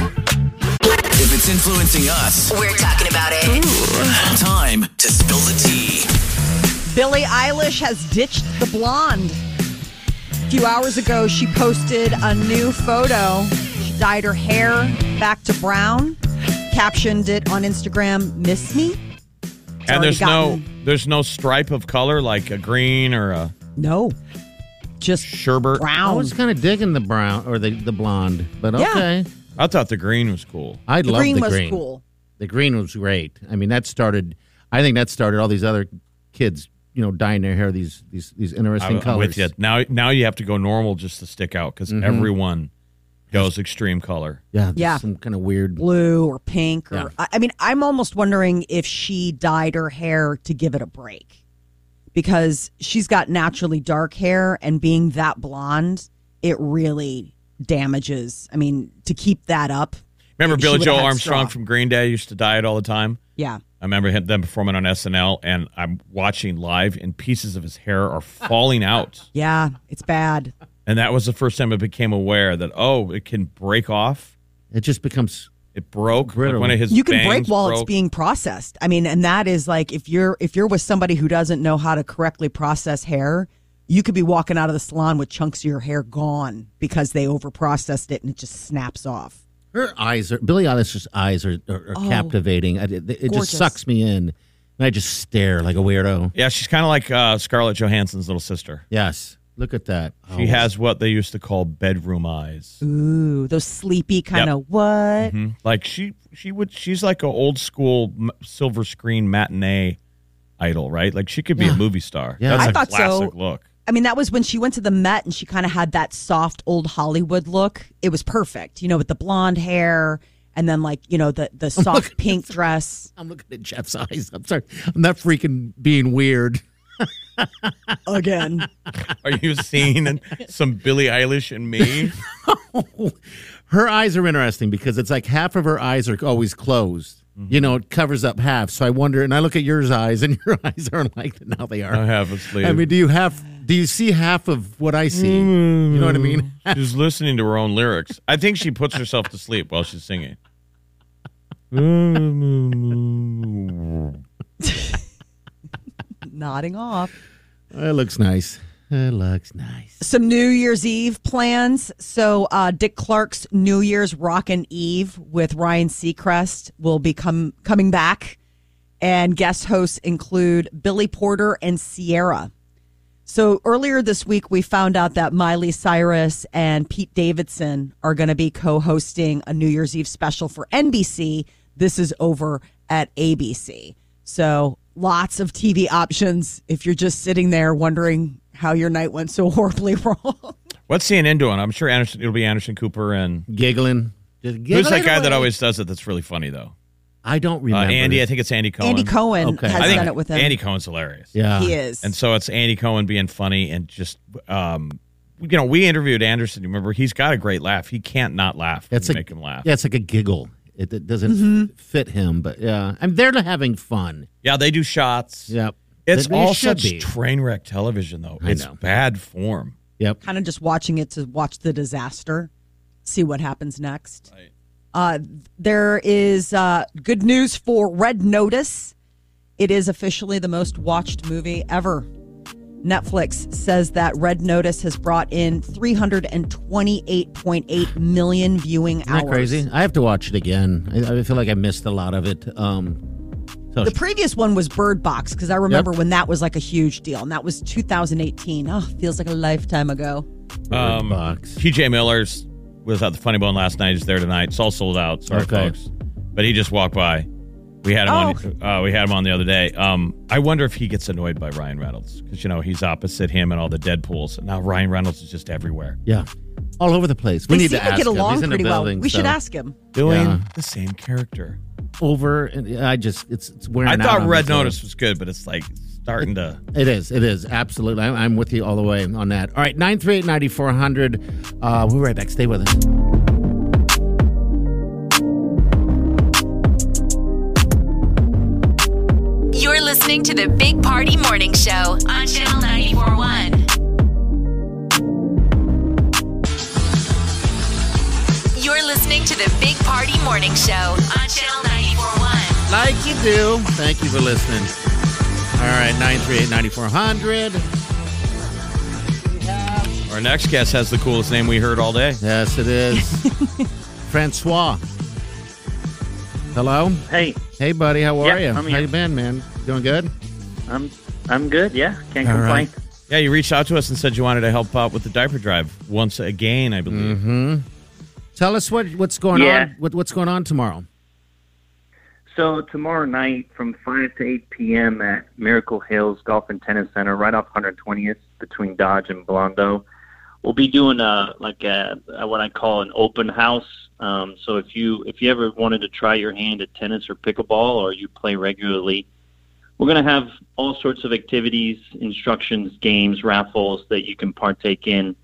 [SPEAKER 9] If it's influencing us,
[SPEAKER 3] We're talking about it.
[SPEAKER 9] time to spill the tea.
[SPEAKER 6] Billie Eilish has ditched the blonde. A few hours ago, she posted a new photo. She dyed her hair back to brown, captioned it on Instagram, Miss Me. It's
[SPEAKER 7] and
[SPEAKER 6] already
[SPEAKER 7] there's
[SPEAKER 6] gotten-
[SPEAKER 7] no there's no stripe of color like a green or a
[SPEAKER 6] no, just
[SPEAKER 7] sherbet
[SPEAKER 5] I was kind of digging the brown or the, the blonde, but
[SPEAKER 6] Yeah.
[SPEAKER 5] okay.
[SPEAKER 7] I thought the green was cool.
[SPEAKER 5] I
[SPEAKER 6] The
[SPEAKER 5] love
[SPEAKER 6] green
[SPEAKER 5] the
[SPEAKER 6] was
[SPEAKER 5] green.
[SPEAKER 6] cool.
[SPEAKER 5] The green was great. I mean, that started. I think that started all these other kids, you know, dyeing their hair these these these interesting
[SPEAKER 7] I'm
[SPEAKER 5] colors.
[SPEAKER 7] with you now. Now you have to go normal just to stick out because
[SPEAKER 5] Mhm.
[SPEAKER 7] everyone goes extreme color.
[SPEAKER 5] Yeah, there's
[SPEAKER 6] Yeah.
[SPEAKER 5] some kind of weird.
[SPEAKER 6] blue or pink. Or
[SPEAKER 5] Yeah.
[SPEAKER 6] I, I mean, I'm almost wondering if she dyed her hair to give it a break because she's got naturally dark hair, and being that blonde, it really damages. I mean, to keep that up.
[SPEAKER 7] Remember
[SPEAKER 6] she
[SPEAKER 7] Billy
[SPEAKER 6] would've
[SPEAKER 7] Joe
[SPEAKER 6] had
[SPEAKER 7] Armstrong
[SPEAKER 6] straw.
[SPEAKER 7] from Green Day used to dye it all the time.
[SPEAKER 6] Yeah.
[SPEAKER 7] I remember him them performing on SNL, and I'm watching live, and pieces of his hair are falling out.
[SPEAKER 6] Yeah, it's bad.
[SPEAKER 7] And that was the first time I became aware that oh, it can break off.
[SPEAKER 5] It just becomes.
[SPEAKER 7] It broke. Like
[SPEAKER 5] Brittle.
[SPEAKER 7] one of his
[SPEAKER 6] you can break
[SPEAKER 7] bangs
[SPEAKER 6] while
[SPEAKER 7] broke.
[SPEAKER 6] it's being processed. I mean, and that is like if you're if you're with somebody who doesn't know how to correctly process hair, you could be walking out of the salon with chunks of your hair gone because they overprocessed it and it just snaps off.
[SPEAKER 5] Her eyes are Billie Eilish's eyes are, are, are
[SPEAKER 6] Oh.
[SPEAKER 5] captivating. I, it it
[SPEAKER 6] Gorgeous.
[SPEAKER 5] just sucks me in, and I just stare like a weirdo.
[SPEAKER 7] Yeah, she's kind of like uh, Scarlett Johansson's little sister.
[SPEAKER 5] Yes, look at that.
[SPEAKER 7] She
[SPEAKER 5] Oh.
[SPEAKER 7] has what they used to call bedroom eyes.
[SPEAKER 6] Ooh, those sleepy kind of what?
[SPEAKER 7] Mhm. Like she she would she's like an old school m- silver screen matinee idol, right? Like she could be a movie star.
[SPEAKER 6] Yeah.
[SPEAKER 7] That's
[SPEAKER 6] I
[SPEAKER 7] a
[SPEAKER 6] thought so.
[SPEAKER 7] classic look.
[SPEAKER 6] I mean, that was when she went to the Met and she kind of had that soft old Hollywood look. It was perfect, you know, with the blonde hair and then like you know the the soft pink dress.
[SPEAKER 5] I'm looking at Jeff's eyes. I'm sorry. I'm not freaking being weird.
[SPEAKER 6] Again.
[SPEAKER 7] Are you seeing some Billie Eilish and me?
[SPEAKER 5] her eyes are interesting because it's like half of her eyes are always closed.
[SPEAKER 7] Mm-hmm.
[SPEAKER 5] You know, it covers up half. So I wonder, and I look at yours eyes, and your eyes aren't like that. Now they are.
[SPEAKER 7] I have a sleeve.
[SPEAKER 5] I mean, do you have? Do you see half of what I see? You know what I mean?
[SPEAKER 7] she's listening to her own lyrics. I think she puts herself to sleep while she's singing.
[SPEAKER 6] nodding off.
[SPEAKER 5] It looks nice. It looks nice.
[SPEAKER 6] some New Year's Eve plans. So uh, Dick Clark's New Year's Rockin' Eve with Ryan Seacrest will be com- coming back, and guest hosts include Billy Porter and Sierra. So earlier this week, we found out that Miley Cyrus and Pete Davidson are going to be co-hosting a New Year's Eve special for NBC. This is over at ABC. So lots of TV options if you're just sitting there wondering how your night went so horribly wrong.
[SPEAKER 7] What's CNN doing? I'm sure Anderson, it'll be Anderson Cooper and
[SPEAKER 5] giggling.
[SPEAKER 7] Who's that
[SPEAKER 5] giggling
[SPEAKER 7] guy that
[SPEAKER 5] away.
[SPEAKER 7] always does it? That's really funny though.
[SPEAKER 5] I don't
[SPEAKER 7] Uh,
[SPEAKER 5] remember.
[SPEAKER 7] Andy, I think it's Andy Cohen.
[SPEAKER 6] Andy Cohen
[SPEAKER 5] Okay.
[SPEAKER 6] has
[SPEAKER 7] I think
[SPEAKER 6] done it with him.
[SPEAKER 7] Andy Cohen's hilarious.
[SPEAKER 5] Yeah.
[SPEAKER 6] He is.
[SPEAKER 7] And so it's Andy Cohen being funny and just, um, you know, we interviewed Anderson. You remember he's got a great laugh. He can't not laugh. That's
[SPEAKER 5] That's
[SPEAKER 7] you
[SPEAKER 5] a-
[SPEAKER 7] make him laugh.
[SPEAKER 5] Yeah, it's like a giggle. It, it doesn't
[SPEAKER 7] Mhm.
[SPEAKER 6] Mm-hmm.
[SPEAKER 5] f- fit him, but yeah, I'm there to having fun.
[SPEAKER 7] Yeah, they do shots.
[SPEAKER 5] Yep.
[SPEAKER 7] It's
[SPEAKER 5] They
[SPEAKER 7] all
[SPEAKER 5] should
[SPEAKER 7] such
[SPEAKER 5] be.
[SPEAKER 7] train wreck television, though.
[SPEAKER 5] I
[SPEAKER 7] it's
[SPEAKER 5] know.
[SPEAKER 7] bad form.
[SPEAKER 5] Yep.
[SPEAKER 6] kind of just watching it to watch the disaster, see what happens next. Uh, there is uh, good news for Red Notice. It is officially the most watched movie ever. Netflix says that Red Notice has brought in 328.8 million viewing
[SPEAKER 5] Isn't that
[SPEAKER 6] hours.
[SPEAKER 5] crazy? I have to watch it again. I, I feel like I missed a lot of it. Um, so
[SPEAKER 6] The previous one was Bird Box because I remember when that was like a huge deal, and that was 2018. Oh, feels like a lifetime ago.
[SPEAKER 7] Um, PJ Miller's was at the Funny Bone last night. He's there tonight. It's all sold out. Sorry,
[SPEAKER 5] Okay.
[SPEAKER 7] folks. But he just walked by. We had him
[SPEAKER 6] Oh.
[SPEAKER 7] on. Uh, we had him on the other day. Um, I wonder if he gets annoyed by Ryan Reynolds because you know he's opposite him and all the Deadpool's. Now Ryan Reynolds is just everywhere,
[SPEAKER 5] yeah, all over the place. We
[SPEAKER 6] they
[SPEAKER 5] need
[SPEAKER 6] seem
[SPEAKER 5] to ask
[SPEAKER 6] get
[SPEAKER 5] him. He's
[SPEAKER 6] along
[SPEAKER 5] in the
[SPEAKER 6] pretty well.
[SPEAKER 5] building,
[SPEAKER 6] we should
[SPEAKER 5] so-
[SPEAKER 6] ask him.
[SPEAKER 7] doing
[SPEAKER 5] Yeah.
[SPEAKER 7] the same character.
[SPEAKER 5] over. And I just it's it's wearing.
[SPEAKER 7] I
[SPEAKER 5] out
[SPEAKER 7] thought
[SPEAKER 5] on
[SPEAKER 7] Red
[SPEAKER 5] me, so-
[SPEAKER 7] Notice was good, but it's like starting to.
[SPEAKER 5] It is. It is. Absolutely. I'm, I'm with you all the way on that. All right. 938 9400. Uh, we'll be right back. Stay with us.
[SPEAKER 3] You're listening to the Big Party Morning Show on Channel 941. You're listening to the Big Party Morning Show on Channel 941.
[SPEAKER 5] Like you do. Thank you for listening. All right. 938 9400.
[SPEAKER 7] Our next guest has the coolest name we heard all day.
[SPEAKER 5] Yes, it is. Francois. Hello.
[SPEAKER 14] Hey.
[SPEAKER 5] Hey, buddy. How are
[SPEAKER 14] Yeah,
[SPEAKER 5] you?
[SPEAKER 14] I'm
[SPEAKER 5] How
[SPEAKER 14] here.
[SPEAKER 5] you been, man? Doing good?
[SPEAKER 14] I'm I'm good. Yeah, can't
[SPEAKER 5] All
[SPEAKER 14] complain.
[SPEAKER 5] right.
[SPEAKER 7] Yeah, you reached out to us and said you wanted to help out with the diaper drive once again. I believe.
[SPEAKER 5] Mm-hmm. Tell us what what's going
[SPEAKER 14] Yeah.
[SPEAKER 5] on. What, what's going on tomorrow?
[SPEAKER 14] So tomorrow night from five to eight p.m. at Miracle Hills Golf and Tennis Center, right off 120th between Dodge and Blondo, we'll be doing a like a, a what I call an open house. Um, so if you if you ever wanted to try your hand at tennis or pickleball, or you play regularly, we're going to have all sorts of activities, instructions, games, raffles that you can partake in.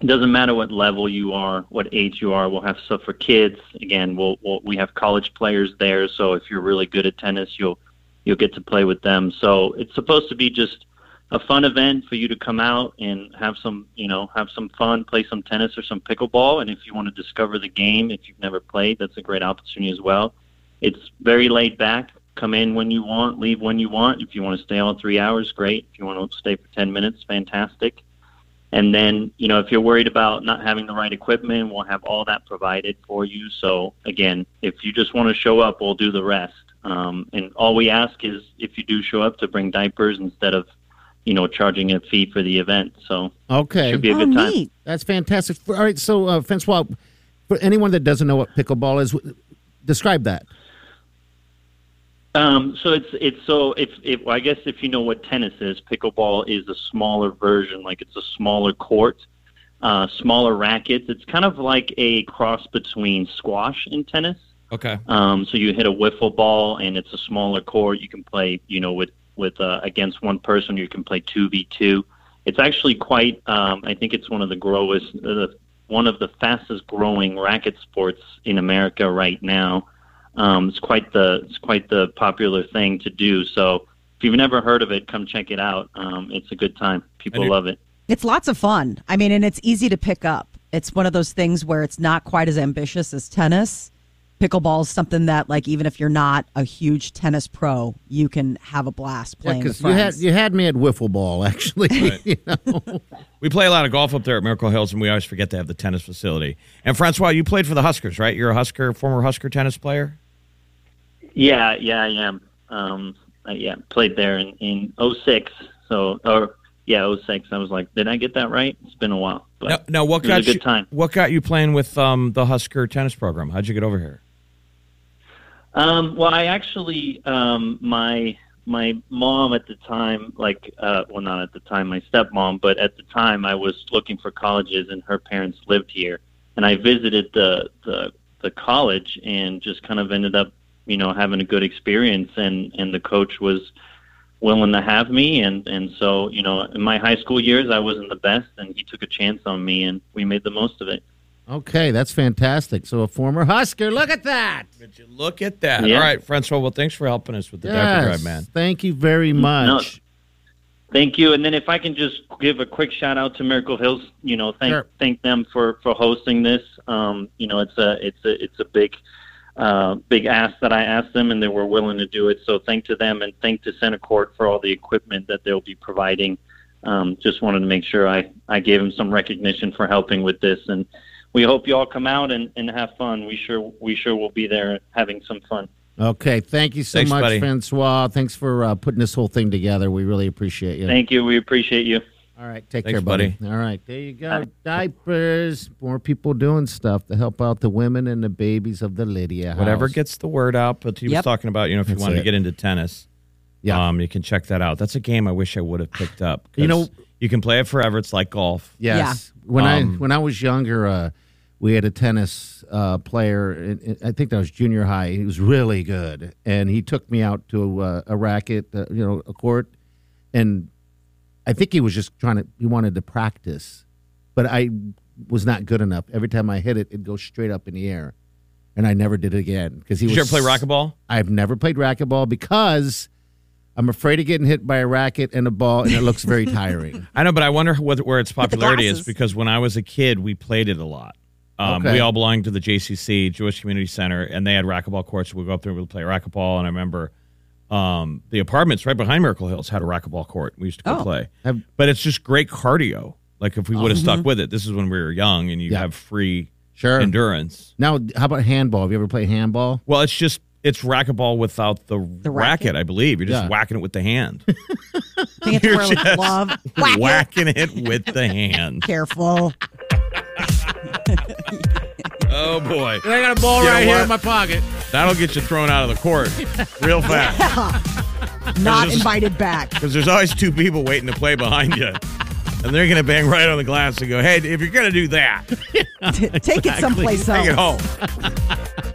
[SPEAKER 14] It doesn't matter what level you are, what age you are. We'll have stuff for kids. Again, we'll, we'll we have college players there, so if you're really good at tennis, you'll you'll get to play with them. So it's supposed to be just a fun event for you to come out and have some, you know, have some fun, play some tennis or some pickleball. And if you want to discover the game, if you've never played, that's a great opportunity as well. It's very laid back. Come in when you want, leave when you want. If you want to stay all three hours, great. If you want to stay for 10 minutes, fantastic. And then, you know, if you're worried about not having the right equipment, we'll have all that provided for you. So, again, if you just want to show up, we'll do the rest. Um, and all we ask is if you do show up to bring diapers instead of, you know, charging a fee for the event. So,
[SPEAKER 5] Okay.
[SPEAKER 14] Should be a Oh, good time. neat.
[SPEAKER 5] That's fantastic. All right. So, uh, Francois, for anyone that doesn't know what pickleball is, w- describe that.
[SPEAKER 14] Um, so it's it's so if if well, I guess if you know what tennis is, pickleball is a smaller version. Like it's a smaller court, uh, smaller rackets. It's kind of like a cross between squash and tennis.
[SPEAKER 7] Okay.
[SPEAKER 14] Um, so you hit a wiffle ball, and it's a smaller court. You can play, you know, with with uh, against one person. You can play two v two. It's actually quite. Um, I think it's one of the growest, uh, one of the fastest growing racket sports in America right now. Um, it's quite the it's quite the popular thing to do. So if you've never heard of it, come check it out. Um, it's a good time. People love it.
[SPEAKER 6] It's lots of fun. I mean, and it's easy to pick up. It's one of those things where it's not quite as ambitious as tennis. pickleball is something that like even if you're not a huge tennis pro, you can have a blast playing. with
[SPEAKER 5] you had
[SPEAKER 6] friends.
[SPEAKER 5] you had me at wiffle ball actually. you know?
[SPEAKER 7] We play a lot of golf up there at Miracle Hills, and we always forget to have the tennis facility. And Francois, you played for the Huskers, right? You're a Husker, former Husker tennis player.
[SPEAKER 14] Yeah, yeah, I am. Um, I, yeah, played there in in '06. So, or yeah, '06. I was like, did I get that right? It's been a while. But
[SPEAKER 7] Now, now what
[SPEAKER 14] it was
[SPEAKER 7] got
[SPEAKER 14] a good
[SPEAKER 7] you,
[SPEAKER 14] time.
[SPEAKER 7] What got you playing with um, the Husker tennis program? How'd you get over here?
[SPEAKER 14] Um, well, I actually, um, my my mom at the time, like, uh, well, not at the time, my stepmom, but at the time, I was looking for colleges, and her parents lived here, and I visited the the the college, and just kind of ended up, you know, having a good experience, and and the coach was willing to have me, and and so, you know, in my high school years, I wasn't the best, and he took a chance on me, and we made the most of it.
[SPEAKER 5] okay, that's fantastic. So a former Husker. Look at that.
[SPEAKER 7] Would you look at that?
[SPEAKER 5] Yeah.
[SPEAKER 7] All right, Francois. Well, thanks for helping us with the diaper drive, man.
[SPEAKER 5] Thank you very much.
[SPEAKER 14] Thank you. And then if I can just give a quick shout out to Miracle Hills, you know, thank
[SPEAKER 5] Sure.
[SPEAKER 14] thank them for for hosting this. Um, you know, it's a it's a it's a big uh, big ask that I asked them, and they were willing to do it. So thank to them, and thank to Centacort for all the equipment that they'll be providing. Um, just wanted to make sure I I gave them some recognition for helping with this, and we hope you all come out and, and have fun. We sure we sure will be there having some fun.
[SPEAKER 5] Okay, thank you so
[SPEAKER 14] Thanks,
[SPEAKER 5] much,
[SPEAKER 14] buddy.
[SPEAKER 5] Francois. Thanks for uh, putting this whole thing together. We really appreciate you.
[SPEAKER 14] Thank you. We appreciate you.
[SPEAKER 5] All right. Take
[SPEAKER 14] Thanks,
[SPEAKER 5] care, buddy. All right, there you go. Diapers, more people doing stuff to help out the women and the babies of the Lydia. House.
[SPEAKER 7] Whatever gets the word out. But he was
[SPEAKER 5] Yep.
[SPEAKER 7] talking about, you know, if you
[SPEAKER 5] That's
[SPEAKER 7] wanted
[SPEAKER 5] it.
[SPEAKER 7] to get into tennis, yeah. um, you can check that out. That's a game I wish I would have picked up. 'cause
[SPEAKER 5] You know-
[SPEAKER 7] you can play it forever. It's like golf.
[SPEAKER 5] Yes. When I
[SPEAKER 7] Um,
[SPEAKER 5] when I was younger, uh, we had a tennis uh, player. in- in- I think that was junior high. He was really good, and he took me out to uh, a racket, uh, you know, a court, and I think he was just trying to. He wanted to practice, but I was not good enough. Every time I hit it, it'd go straight up in the air, and I never did it again because he
[SPEAKER 7] Did
[SPEAKER 5] was.
[SPEAKER 7] you ever play racquetball?
[SPEAKER 5] I've never played racquetball because. I'm afraid of getting hit by a racket and a ball, and it looks very tiring.
[SPEAKER 7] I know, but I wonder what, where its popularity is
[SPEAKER 5] glasses.
[SPEAKER 7] because when I was a kid, we played it a lot. Um,
[SPEAKER 5] Okay.
[SPEAKER 7] We all belonged to the JCC, Jewish Community Center, and they had racquetball courts. We'd go up there and we'd play racquetball. And I remember um, the apartments right behind Miracle Hills had a racquetball court. We used to go
[SPEAKER 5] Oh.
[SPEAKER 7] play.
[SPEAKER 5] Have-
[SPEAKER 7] but it's just great cardio. Like if we would have
[SPEAKER 5] Oh.
[SPEAKER 7] stuck
[SPEAKER 5] Mhm.
[SPEAKER 7] with it, this is when we were young and you
[SPEAKER 5] Yeah.
[SPEAKER 7] have free
[SPEAKER 5] Sure.
[SPEAKER 7] endurance.
[SPEAKER 5] Now, how about handball? Have you ever played handball?
[SPEAKER 7] Well, it's just it's racquetball without the, racket. I believe you're just
[SPEAKER 5] Yeah.
[SPEAKER 7] whacking it with the hand,
[SPEAKER 6] They have to wear like
[SPEAKER 7] Yes.
[SPEAKER 6] glove. Whack it.
[SPEAKER 7] whacking it with the hand.
[SPEAKER 6] Careful.
[SPEAKER 7] Oh boy!
[SPEAKER 5] I got a ball
[SPEAKER 7] You know
[SPEAKER 5] right here in
[SPEAKER 7] what?
[SPEAKER 5] my pocket.
[SPEAKER 7] That'll get you thrown out of the court real fast.
[SPEAKER 6] Not
[SPEAKER 7] There's-
[SPEAKER 6] invited back.
[SPEAKER 7] Because there's always two people waiting to play behind you. And they're going to bang right on the glass and go, hey, if you're going to do that,
[SPEAKER 6] Take it someplace
[SPEAKER 7] take it
[SPEAKER 6] else.
[SPEAKER 7] home.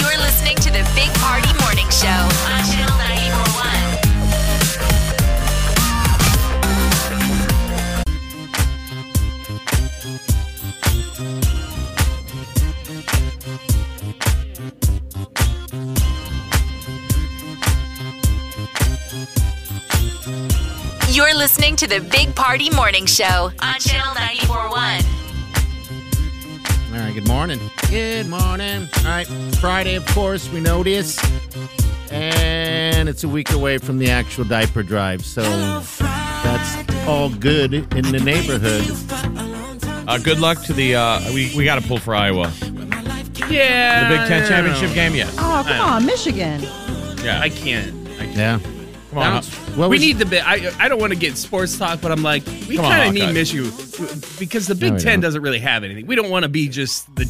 [SPEAKER 3] You're listening to the Big Party Morning Show on Channel 941. You're listening to the Big Party Morning Show on Channel 941.
[SPEAKER 5] All right, good morning. Good morning. All right, Friday, of course, we know this. And it's a week away from the actual diaper drive, so that's all good in the neighborhood.
[SPEAKER 7] Uh, good luck to the. Uh, we we got to pull for Iowa.
[SPEAKER 5] Yeah.
[SPEAKER 7] The Big Ten championship game, yes.
[SPEAKER 6] Oh, come on, Michigan.
[SPEAKER 7] Yeah.
[SPEAKER 15] I can't. I can't.
[SPEAKER 5] Yeah.
[SPEAKER 15] Come on.
[SPEAKER 5] What
[SPEAKER 15] we
[SPEAKER 5] was-
[SPEAKER 15] need the bit. I, I don't want to get sports talk, but I'm like, we
[SPEAKER 5] Come on,
[SPEAKER 15] kind of need
[SPEAKER 5] Hawkeye.
[SPEAKER 15] Michigan because the
[SPEAKER 5] No,
[SPEAKER 15] Big
[SPEAKER 5] we don't.
[SPEAKER 15] Ten doesn't really have anything. We don't want to be just the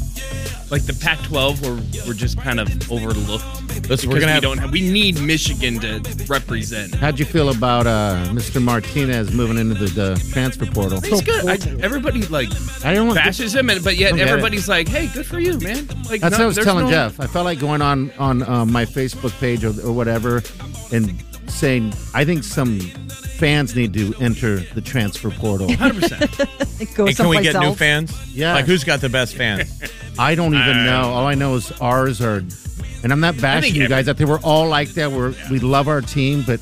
[SPEAKER 15] like the Pac-12 where we're just kind of overlooked.
[SPEAKER 7] Listen, we're
[SPEAKER 15] because we
[SPEAKER 7] gonna have-
[SPEAKER 15] don't have. We need Michigan to represent.
[SPEAKER 5] How'd you feel about uh, Mr. Martinez moving into the, the transfer portal?
[SPEAKER 15] He's good. I, everybody like
[SPEAKER 5] I don't want
[SPEAKER 15] bashes him, and, but yet
[SPEAKER 5] don't get it.
[SPEAKER 15] everybody's like, "Hey, good for you, man." Like
[SPEAKER 5] That's
[SPEAKER 15] no-
[SPEAKER 5] what I was
[SPEAKER 15] there's
[SPEAKER 5] telling
[SPEAKER 15] no-
[SPEAKER 5] Jeff. I felt like going on on um, my Facebook page or, or whatever, and saying I think some fans need to enter the transfer portal.
[SPEAKER 6] It goes
[SPEAKER 7] And can we
[SPEAKER 6] someplace
[SPEAKER 7] get new
[SPEAKER 6] else.
[SPEAKER 7] fans?
[SPEAKER 5] Yeah.
[SPEAKER 7] Like, who's got the best fans?
[SPEAKER 5] I don't even know. All I know is ours are, and I'm not bashing you guys. I think we're all like that. We're we love our team, but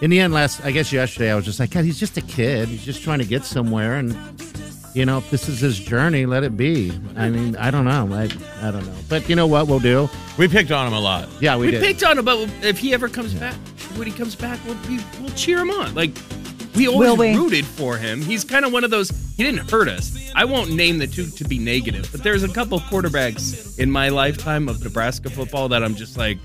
[SPEAKER 5] in the end, last I guess yesterday I was just like, God, he's just a kid. He's just trying to get somewhere, and you know, if this is his journey, let it be. I mean, I don't know. I, I don't know. But you know what we'll do?
[SPEAKER 7] We picked on him a lot.
[SPEAKER 5] Yeah, we,
[SPEAKER 15] We,
[SPEAKER 5] did.
[SPEAKER 15] picked on him, but if he ever comes back, when he comes back, we'll, be, we'll cheer him on. Like, we always
[SPEAKER 6] Will we?
[SPEAKER 15] rooted for him. He's kind of one of those, he didn't hurt us. I won't name the two to be negative, but there's a couple quarterbacks in my lifetime of Nebraska football that I'm just like,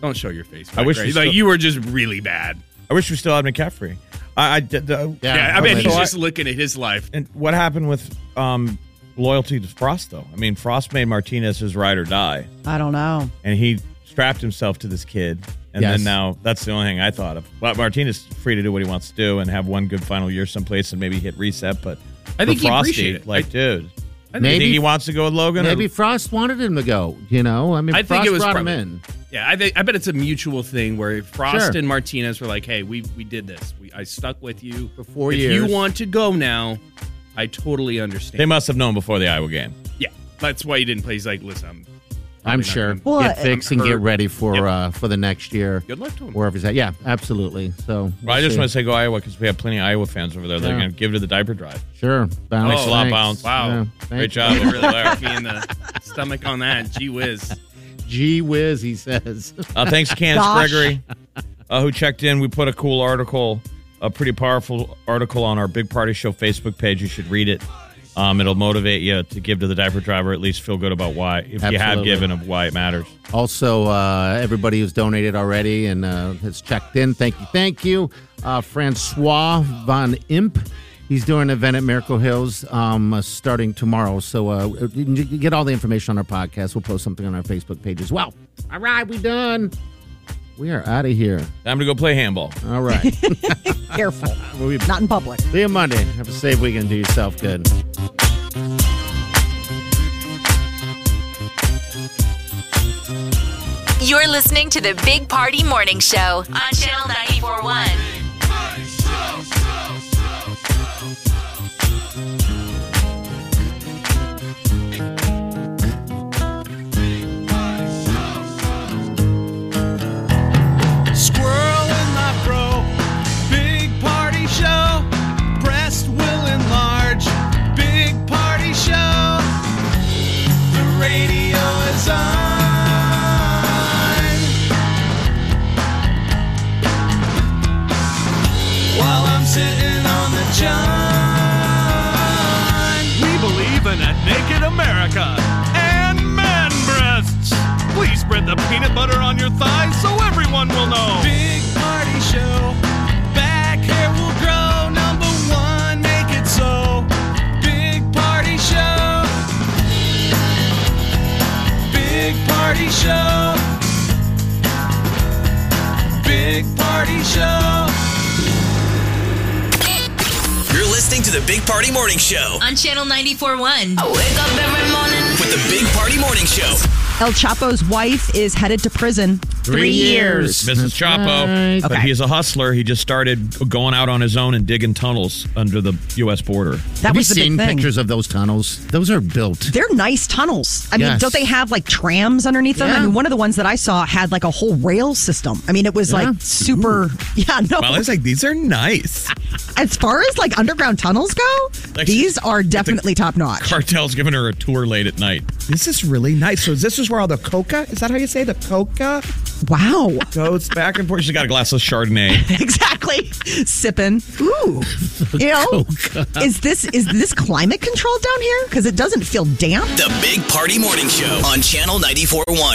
[SPEAKER 15] don't show your face.
[SPEAKER 7] I wish
[SPEAKER 15] Mike
[SPEAKER 7] we
[SPEAKER 15] Ray. like
[SPEAKER 7] still-
[SPEAKER 15] you were just really bad.
[SPEAKER 7] I wish we still had McCaffrey. I, I did. The,
[SPEAKER 15] Yeah, I mean, he's just looking at his life.
[SPEAKER 7] And what happened with um, loyalty to Frost, though? I mean, Frost made Martinez his ride or die,
[SPEAKER 6] I don't know.
[SPEAKER 7] and he strapped himself to this kid. And
[SPEAKER 5] Yes.
[SPEAKER 7] then now that's the only thing I thought of. But Martinez is free to do what he wants to do and have one good final year someplace and maybe hit reset. But
[SPEAKER 15] I think
[SPEAKER 7] for
[SPEAKER 15] he
[SPEAKER 7] Frosty,
[SPEAKER 15] appreciated it.
[SPEAKER 7] Like,
[SPEAKER 15] I-
[SPEAKER 7] dude,
[SPEAKER 15] I
[SPEAKER 7] maybe
[SPEAKER 5] think-
[SPEAKER 7] think he wants to go with Logan. or-
[SPEAKER 5] Maybe Frost wanted him to go. You know, I mean,
[SPEAKER 15] I
[SPEAKER 5] Frost
[SPEAKER 15] think it was
[SPEAKER 5] brought
[SPEAKER 15] probably-
[SPEAKER 5] him in.
[SPEAKER 15] Yeah, I, think, I bet it's a mutual thing where Frost
[SPEAKER 5] Sure.
[SPEAKER 15] and Martinez were like, "Hey, we we did this. We, I stuck with you for
[SPEAKER 5] four
[SPEAKER 15] if
[SPEAKER 5] years."
[SPEAKER 15] If you want to go now, I totally understand.
[SPEAKER 7] they must have known before the Iowa game.
[SPEAKER 15] Yeah, that's why he didn't play. He's like, "Listen, I'm
[SPEAKER 5] I'm sure.
[SPEAKER 15] Well,
[SPEAKER 5] get
[SPEAKER 15] I-
[SPEAKER 5] fixed
[SPEAKER 15] I'm
[SPEAKER 5] and get
[SPEAKER 15] hurt.
[SPEAKER 5] ready for uh, for the next year.
[SPEAKER 15] Good luck to him.
[SPEAKER 5] Wherever he's at. Yeah, absolutely. So
[SPEAKER 7] Well, I just
[SPEAKER 5] see.
[SPEAKER 7] want to say go Iowa because we have plenty of Iowa fans over there. that are
[SPEAKER 5] Yeah.
[SPEAKER 7] going to give to the diaper drive.
[SPEAKER 5] sure. Bounce.
[SPEAKER 7] Thanks a lot,
[SPEAKER 5] Thanks.
[SPEAKER 7] Bounce.
[SPEAKER 5] Yeah,
[SPEAKER 15] wow,
[SPEAKER 5] thank
[SPEAKER 7] Great
[SPEAKER 5] you.
[SPEAKER 7] job.
[SPEAKER 15] you really left me in the stomach on that. Gee whiz,
[SPEAKER 5] Gee whiz, he says.
[SPEAKER 7] Uh, thanks, Candace
[SPEAKER 5] Gosh.
[SPEAKER 7] Gregory, uh, who checked in. We put a cool article, a pretty powerful article on our Big Party Show Facebook page. You should read it. Um, it'll motivate you to give to the diaper driver, at least feel good about why, if you have
[SPEAKER 5] Absolutely.
[SPEAKER 7] given, of why it matters.
[SPEAKER 5] Also, uh, everybody who's donated already and uh, has checked in, thank you, thank you. Uh, Francois Von Imp, he's doing an event at Miracle Hills um, uh, starting tomorrow. So uh, you can get all the information on our podcast. We'll post something on our Facebook page as well. All right, we done. We are out of here.
[SPEAKER 7] Time to go play handball.
[SPEAKER 5] All right.
[SPEAKER 6] Careful.
[SPEAKER 5] we'll be
[SPEAKER 6] Not in public.
[SPEAKER 5] See you Monday. Have a safe weekend. Do yourself good.
[SPEAKER 3] You're listening to the Big Party Morning Show on Channel 941.
[SPEAKER 1] Squirrel in my fro, big party show. Breast will enlarge, big party show. The radio is on. While I'm sitting on the john.
[SPEAKER 2] We believe in a naked America and man breasts. Please spread the peanut butter on your thighs so everyone will know.
[SPEAKER 1] Big party show. Back hair will grow. Number one, make it so. Big party show. Big party show. Big party show.
[SPEAKER 9] You're listening to the Big Party Morning Show
[SPEAKER 3] On Channel 941. I wake up every morning.
[SPEAKER 9] with the Big Party Morning Show.
[SPEAKER 6] El Chapo's wife is headed to prison.
[SPEAKER 7] Mrs. Chapo. But
[SPEAKER 6] Okay.
[SPEAKER 7] he's a hustler. He just started going out on his own and digging tunnels under the U.S. border.
[SPEAKER 6] That
[SPEAKER 5] Have
[SPEAKER 6] was
[SPEAKER 5] you
[SPEAKER 6] the big
[SPEAKER 5] seen
[SPEAKER 6] thing.
[SPEAKER 5] pictures of those tunnels? Those are built.
[SPEAKER 6] They're nice tunnels. I mean,
[SPEAKER 5] Yes.
[SPEAKER 6] don't they have like trams underneath them?
[SPEAKER 5] Yeah.
[SPEAKER 6] I mean, one of the ones that I saw had like a whole rail system. I mean, it was
[SPEAKER 5] Yeah.
[SPEAKER 6] like super. Yeah, no.
[SPEAKER 7] Well, I was like, these are nice.
[SPEAKER 6] as far as like underground tunnels go,
[SPEAKER 7] Like,
[SPEAKER 6] these are definitely top notch.
[SPEAKER 7] Cartel's giving her a tour late at night.
[SPEAKER 16] This is really nice. So this is where all the coca, is that how you say the coca?
[SPEAKER 6] Wow.
[SPEAKER 7] Goes back and forth. She's got a glass of Chardonnay.
[SPEAKER 6] exactly. Sipping. Ooh. You
[SPEAKER 7] Oh,
[SPEAKER 6] know, is this is this climate controlled down here? Because it doesn't feel damp.
[SPEAKER 9] The Big Party Morning Show on Channel 941.